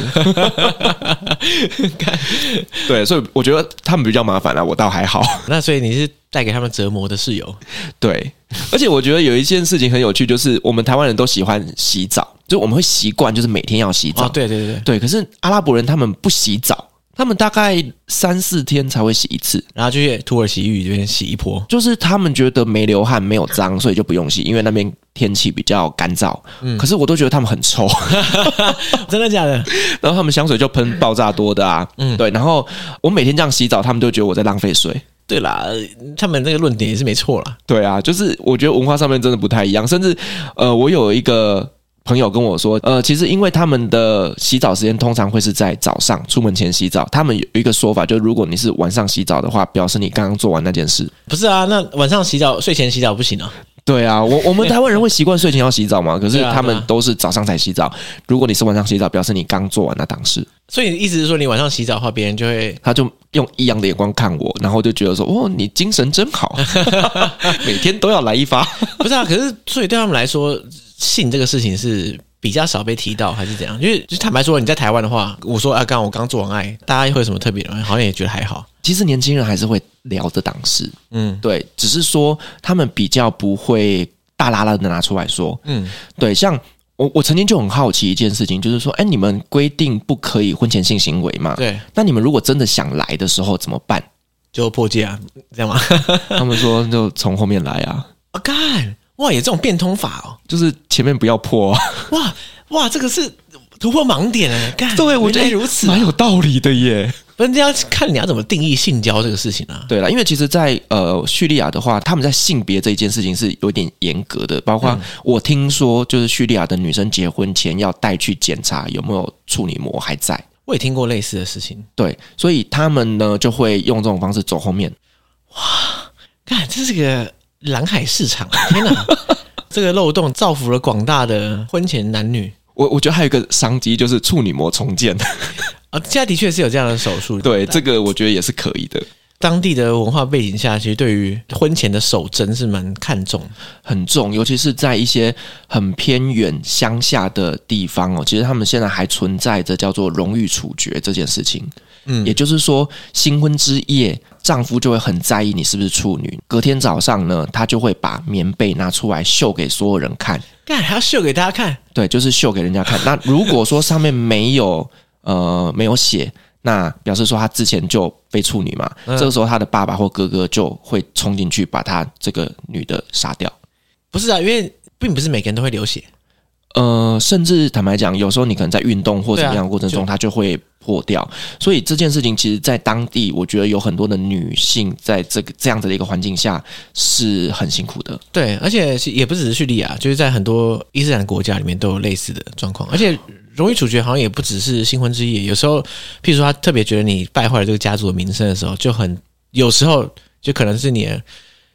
[SPEAKER 2] 对，所以我觉得他们比较麻烦啊啦、我倒还好。
[SPEAKER 1] 那所以你是带给他们折磨的室友，
[SPEAKER 2] 对，而且我觉得有一件事情很有趣，就是我们台湾人都喜欢洗澡，就我们会习惯就是每天要洗澡。
[SPEAKER 1] 哦，对对对对，
[SPEAKER 2] 对，可是阿拉伯人他们不洗澡，他们大概三四天才会洗一次。
[SPEAKER 1] 然后就去土耳其浴这边洗一波，
[SPEAKER 2] 就是他们觉得没流汗、没有脏，所以就不用洗，因为那边天气比较干燥。
[SPEAKER 1] 嗯
[SPEAKER 2] 可是我都觉得他们很臭，
[SPEAKER 1] 真的假的？
[SPEAKER 2] 然后他们香水就喷爆炸多的啊，
[SPEAKER 1] 嗯
[SPEAKER 2] 对。然后我每天这样洗澡，他们都觉得我在浪费水。
[SPEAKER 1] 对啦，呃他们那个论点也是没错啦。
[SPEAKER 2] 对啊，就是我觉得文化上面真的不太一样，甚至呃，我有一个。朋友跟我说，呃，其实因为他们的洗澡时间通常会是在早上出门前洗澡，他们有一个说法，就如果你是晚上洗澡的话，表示你刚刚做完那件事。
[SPEAKER 1] 不是啊，那晚上洗澡、睡前洗澡不行啊？
[SPEAKER 2] 对 啊，我我们台湾人会习惯睡前要洗澡嘛，可是
[SPEAKER 1] 对啊
[SPEAKER 2] 他
[SPEAKER 1] 对
[SPEAKER 2] 们
[SPEAKER 1] 啊
[SPEAKER 2] 都是早上才洗澡。如果你是晚上洗澡，表示你刚做完那档事，
[SPEAKER 1] 所以你意思是说，你晚上洗澡的话，别人就会
[SPEAKER 2] 他就用异样的眼光看我，然后就觉得说：“哦，你精神真好， 每天都要来一发。
[SPEAKER 1] 不是啊？可是，所以对他们来说，性这个事情是比较少被提到，还是怎样？因为就坦白说，你在台湾的话，我说啊，刚我刚做完爱，大家会有什么特别的？好像也觉得还好。”
[SPEAKER 2] 其实年轻人还是会聊这档事，
[SPEAKER 1] 嗯
[SPEAKER 2] 对，只是说他们比较不会大拉拉的拿出来说。
[SPEAKER 1] 嗯，
[SPEAKER 2] 对，像我我曾经就很好奇一件事情，就是说，哎，你们规定不可以婚前性行为嘛？
[SPEAKER 1] 对，
[SPEAKER 2] 那你们如果真的想来的时候怎么办？
[SPEAKER 1] 就破戒啊，这样吗？
[SPEAKER 2] 他们说就从后面来啊。
[SPEAKER 1] 啊，干！哇，有这种变通法哦！
[SPEAKER 2] 就是前面不要破、 啊。
[SPEAKER 1] 哇哇，这个是突破盲点哎！干，原来
[SPEAKER 2] 哎
[SPEAKER 1] 如此、
[SPEAKER 2] 蛮有道理的耶。
[SPEAKER 1] 不是这要看你要怎么定义性交这个事情啊。
[SPEAKER 2] 对了，因为其实在，呃叙利亚的话，他们在性别这一件事情是有点严格的，包括我听说，就是叙利亚的女生结婚前要带去检查有没有处女膜还在。
[SPEAKER 1] 我也听过类似的事情。
[SPEAKER 2] 对，所以他们呢就会用这种方式走后面。
[SPEAKER 1] 看，这是个蓝海市场啊，天哪！ 这个漏洞造福了广大的婚前男女
[SPEAKER 2] 我我觉得还有一个商机就是处女膜重 建，
[SPEAKER 1] 啊！现在的确是有这样的手术，
[SPEAKER 2] 对这个我觉得也是可以的。
[SPEAKER 1] 当地的文化背景下，其实对于婚前的守贞是蛮看重的。
[SPEAKER 2] 很重，尤其是在一些很偏远乡下的地方哦，其实他们现在还存在着叫做荣誉处决这件事情。嗯，也就是说，新婚之夜，丈夫就会很在意你是不是处女。隔天早上呢，他就会把棉被拿出来秀给所有人看，
[SPEAKER 1] 干还要秀给大家看，
[SPEAKER 2] 对，就是秀给人家看。那如果说上面没有呃没有写，那表示说他之前就非处女嘛。这个时候，他的爸爸或哥哥就会冲进去把他这个女的杀掉。
[SPEAKER 1] 不是啊？因为并不是每个人都会流血，
[SPEAKER 2] 呃，甚至坦白讲，有时候你可能在运动或怎么样的过程中，
[SPEAKER 1] 对
[SPEAKER 2] 它就会破掉。所以这件事情，其实在当地，我觉得有很多的女性在这个这样子的一个环境下是很辛苦的。
[SPEAKER 1] 对，而且其也不只是叙利亚，就是在很多伊斯兰国家里面都有类似的状况。而且荣誉处决好像也不只是新婚之夜，有时候，譬如说他特别觉得你败坏了这个家族的名声的时候，就很有时候就可能是你的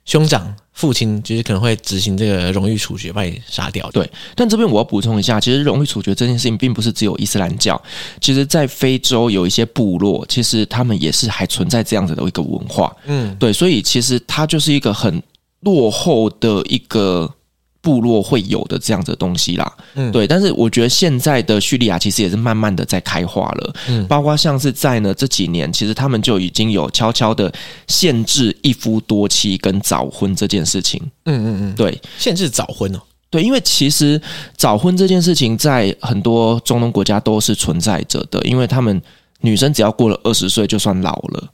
[SPEAKER 1] 兄长、父亲，就是可能会执行这个荣誉处决，把你杀掉。
[SPEAKER 2] 对但这边我要补充一下，其实荣誉处决这件事情，并不是只有伊斯兰教，其实在非洲有一些部落，其实他们也是还存在这样子的一个文化。
[SPEAKER 1] 嗯，
[SPEAKER 2] 对，所以其实它就是一个很落后的一个部落会有的这样子的东西啦。
[SPEAKER 1] 嗯
[SPEAKER 2] 对。但是我觉得现在的叙利亚其实也是慢慢的在开化了，
[SPEAKER 1] 嗯
[SPEAKER 2] 包括像是在呢这几年，其实他们就已经有悄悄的限制一夫多妻跟早婚这件事情。
[SPEAKER 1] 嗯嗯嗯，
[SPEAKER 2] 对，
[SPEAKER 1] 限制早 婚哦。
[SPEAKER 2] 对，因为其实早婚这件事情在很多中东国家都是存在着的，因为他们女生只要过了二十岁就算老了。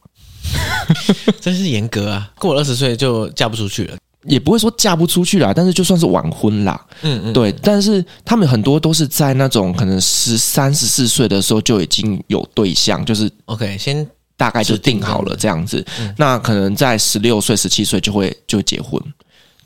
[SPEAKER 1] 真是严格啊！过了二十岁就嫁不出去了。
[SPEAKER 2] 也不会说嫁不出去啦，但是就算是晚婚啦，
[SPEAKER 1] 嗯嗯，
[SPEAKER 2] 对，但是他们很多都是在那种可能十三、十四岁的时候就已经有对象，就是
[SPEAKER 1] ，OK，先
[SPEAKER 2] 大概就定好了这样子。那可能在十六岁、十七岁就会就结婚，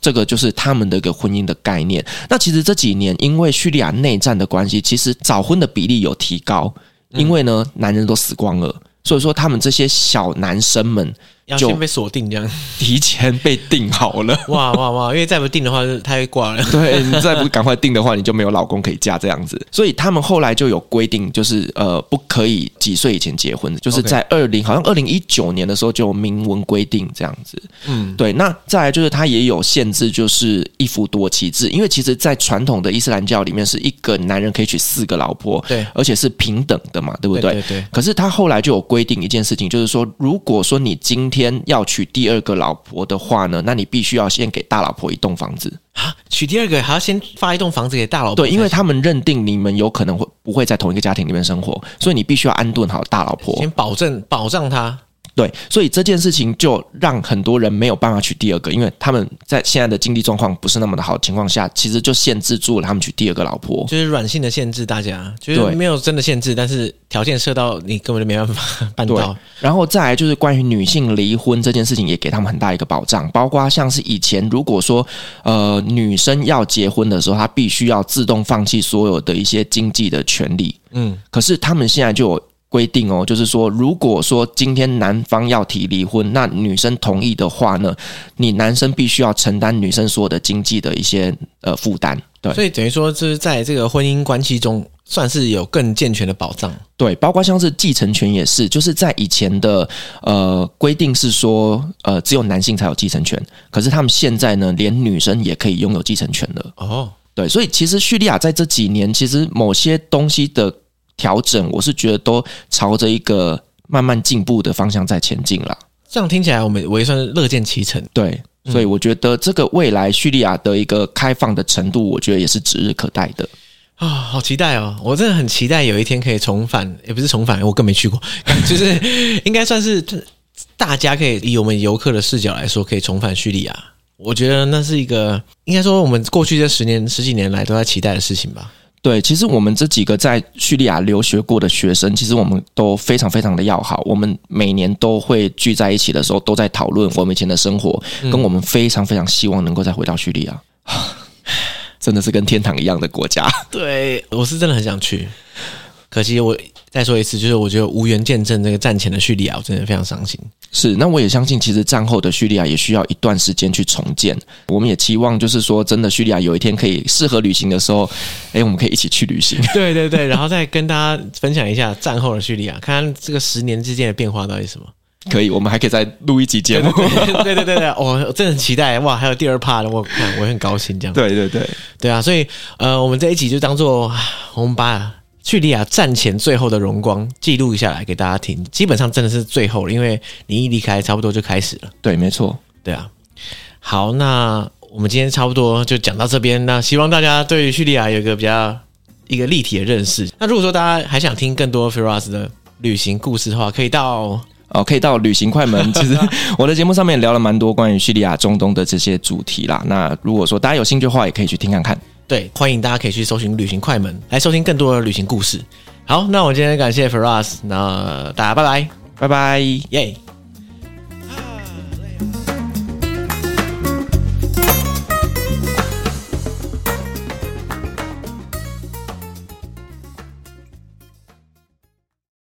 [SPEAKER 2] 这个就是他们的一个婚姻的概念。那其实这几年因为叙利亚内战的关系，其实早婚的比例有提高，因为呢男人都死光了，所以说他们这些小男生们
[SPEAKER 1] 要
[SPEAKER 2] 就
[SPEAKER 1] 先被锁定这 样。
[SPEAKER 2] 提前被定 好了。
[SPEAKER 1] 哇哇哇！因为再不定的话，就是他会挂了。
[SPEAKER 2] 对你再不赶快定的话，你就没有老公可以嫁这样子。所以他们后来就有规定，就是呃，不可以几岁以前结婚，就是
[SPEAKER 1] OK
[SPEAKER 2] 在二零好像二零一九年的时候就有明文规定这样子。
[SPEAKER 1] 嗯，
[SPEAKER 2] 对，那再来就是它也有限制，就是一夫多妻制，因为其实，在传统的伊斯兰教里面，是一个男人可以娶四个老婆，
[SPEAKER 1] 对，
[SPEAKER 2] 而且是平等的嘛，对不
[SPEAKER 1] 对
[SPEAKER 2] 对？
[SPEAKER 1] 对对，
[SPEAKER 2] 可是他后来就有规定一件事情，就是说，如果说你今天要娶第二个老婆的话呢，那你必须要先给大老婆一栋房子。
[SPEAKER 1] 啊，娶第二个还要先发一栋房子给大老婆才
[SPEAKER 2] 哦对，
[SPEAKER 1] 行。
[SPEAKER 2] 因为他们认定你们有可能会不会在同一个家庭里面生活，所以你必须要安顿好大老婆。
[SPEAKER 1] 先保证保障他。
[SPEAKER 2] 对，所以这件事情就让很多人没有办法娶第二个，因为他们在现在的经济状况不是那么的好的情况下，其实就限制住了他们娶第二个老婆。
[SPEAKER 1] 就是软性的限制大家，就
[SPEAKER 2] 哦对
[SPEAKER 1] 是没有真的限制，但是条件设到你根本就没办法办到。
[SPEAKER 2] 然后再来就是关于女性离婚这件事情，也给他们很大一个保障，包括像是以前如果说呃女生要结婚的时候，她必须要自动放弃所有的一些经济的权利，
[SPEAKER 1] 嗯，
[SPEAKER 2] 可是他们现在就有规定哦，就是说，如果说今天男方要提离婚，那女生同意的话呢，你男生必须要承担女生所有的经济的一些呃负担。对
[SPEAKER 1] 所以等于说，就是在这个婚姻关系中，算是有更健全的保障。
[SPEAKER 2] 对，包括像是继承权也是，就是在以前的呃规定是说，呃只有男性才有继承权，可是他们现在呢，连女生也可以拥有继承权了。
[SPEAKER 1] 哦，
[SPEAKER 2] 对，所以其实叙利亚在这几年，其实某些东西的调整，我是觉得都朝着一个慢慢进步的方向在前进啦。
[SPEAKER 1] 这样听起来，我们我也算是乐见其成。
[SPEAKER 2] 对，所以我觉得这个未来叙利亚的一个开放的程度，我觉得也是指日可待的。
[SPEAKER 1] 啊、好期待哦！我真的很期待有一天可以重返，也不是重返，我更没去过， 就是应该算是大家可以以我们游客的视角来说，可以重返叙利亚。我觉得那是一个，应该说我们过去这十年、十几年来都在期待的事情吧。
[SPEAKER 2] 对，其实我们这几个在叙利亚留学过的学生，其实我们都非常非常的要好。我们每年都会聚在一起的时候，都在讨论我们以前的生活，跟我们非常非常希望能够再回到叙利亚，真的是跟天堂一样的国家。
[SPEAKER 1] 对，我是真的很想去，可惜我再说一次，就是我觉得无缘见证这个战前的叙利亚，我真的非常伤心。
[SPEAKER 2] 是，那我也相信，其实战后的叙利亚也需要一段时间去重建。我们也期望，就是说，真的叙利亚有一天可以适合旅行的时候，哎诶，我们可以一起去旅行。
[SPEAKER 1] 对对 对，然后再跟大家分享一下战后的叙利亚，看看这个十年之间的变化到底是什么。
[SPEAKER 2] 可以，我们还可以再录一集节目。
[SPEAKER 1] 对对对对，我我真的很期待哇！还有第二 part，我看我也很高兴这样。
[SPEAKER 2] 对对对，
[SPEAKER 1] 对啊，所以呃，我们这一集就当做我们把叙利亚战前最后的荣光记录一下来给大家听。基本上真的是最后了，因为你一离开，差不多就开始了。
[SPEAKER 2] 对，没错。
[SPEAKER 1] 对啊，好，那我们今天差不多就讲到这边。那希望大家对于叙利亚有一个比较一个立体的认识。那如果说大家还想听更多 Firas 的旅行故事的话，可以到
[SPEAKER 2] 哦，可以到旅行快门。其实我的节目上面聊了蛮多关于叙利亚、中东的这些主题啦。那如果说大家有兴趣的话，也可以去听看看。
[SPEAKER 1] 对，欢迎大家可以去搜寻旅行快门来收听更多的旅行故事。好，那我今天感谢 Firas，那大家拜拜，
[SPEAKER 2] 拜拜。
[SPEAKER 1] 耶、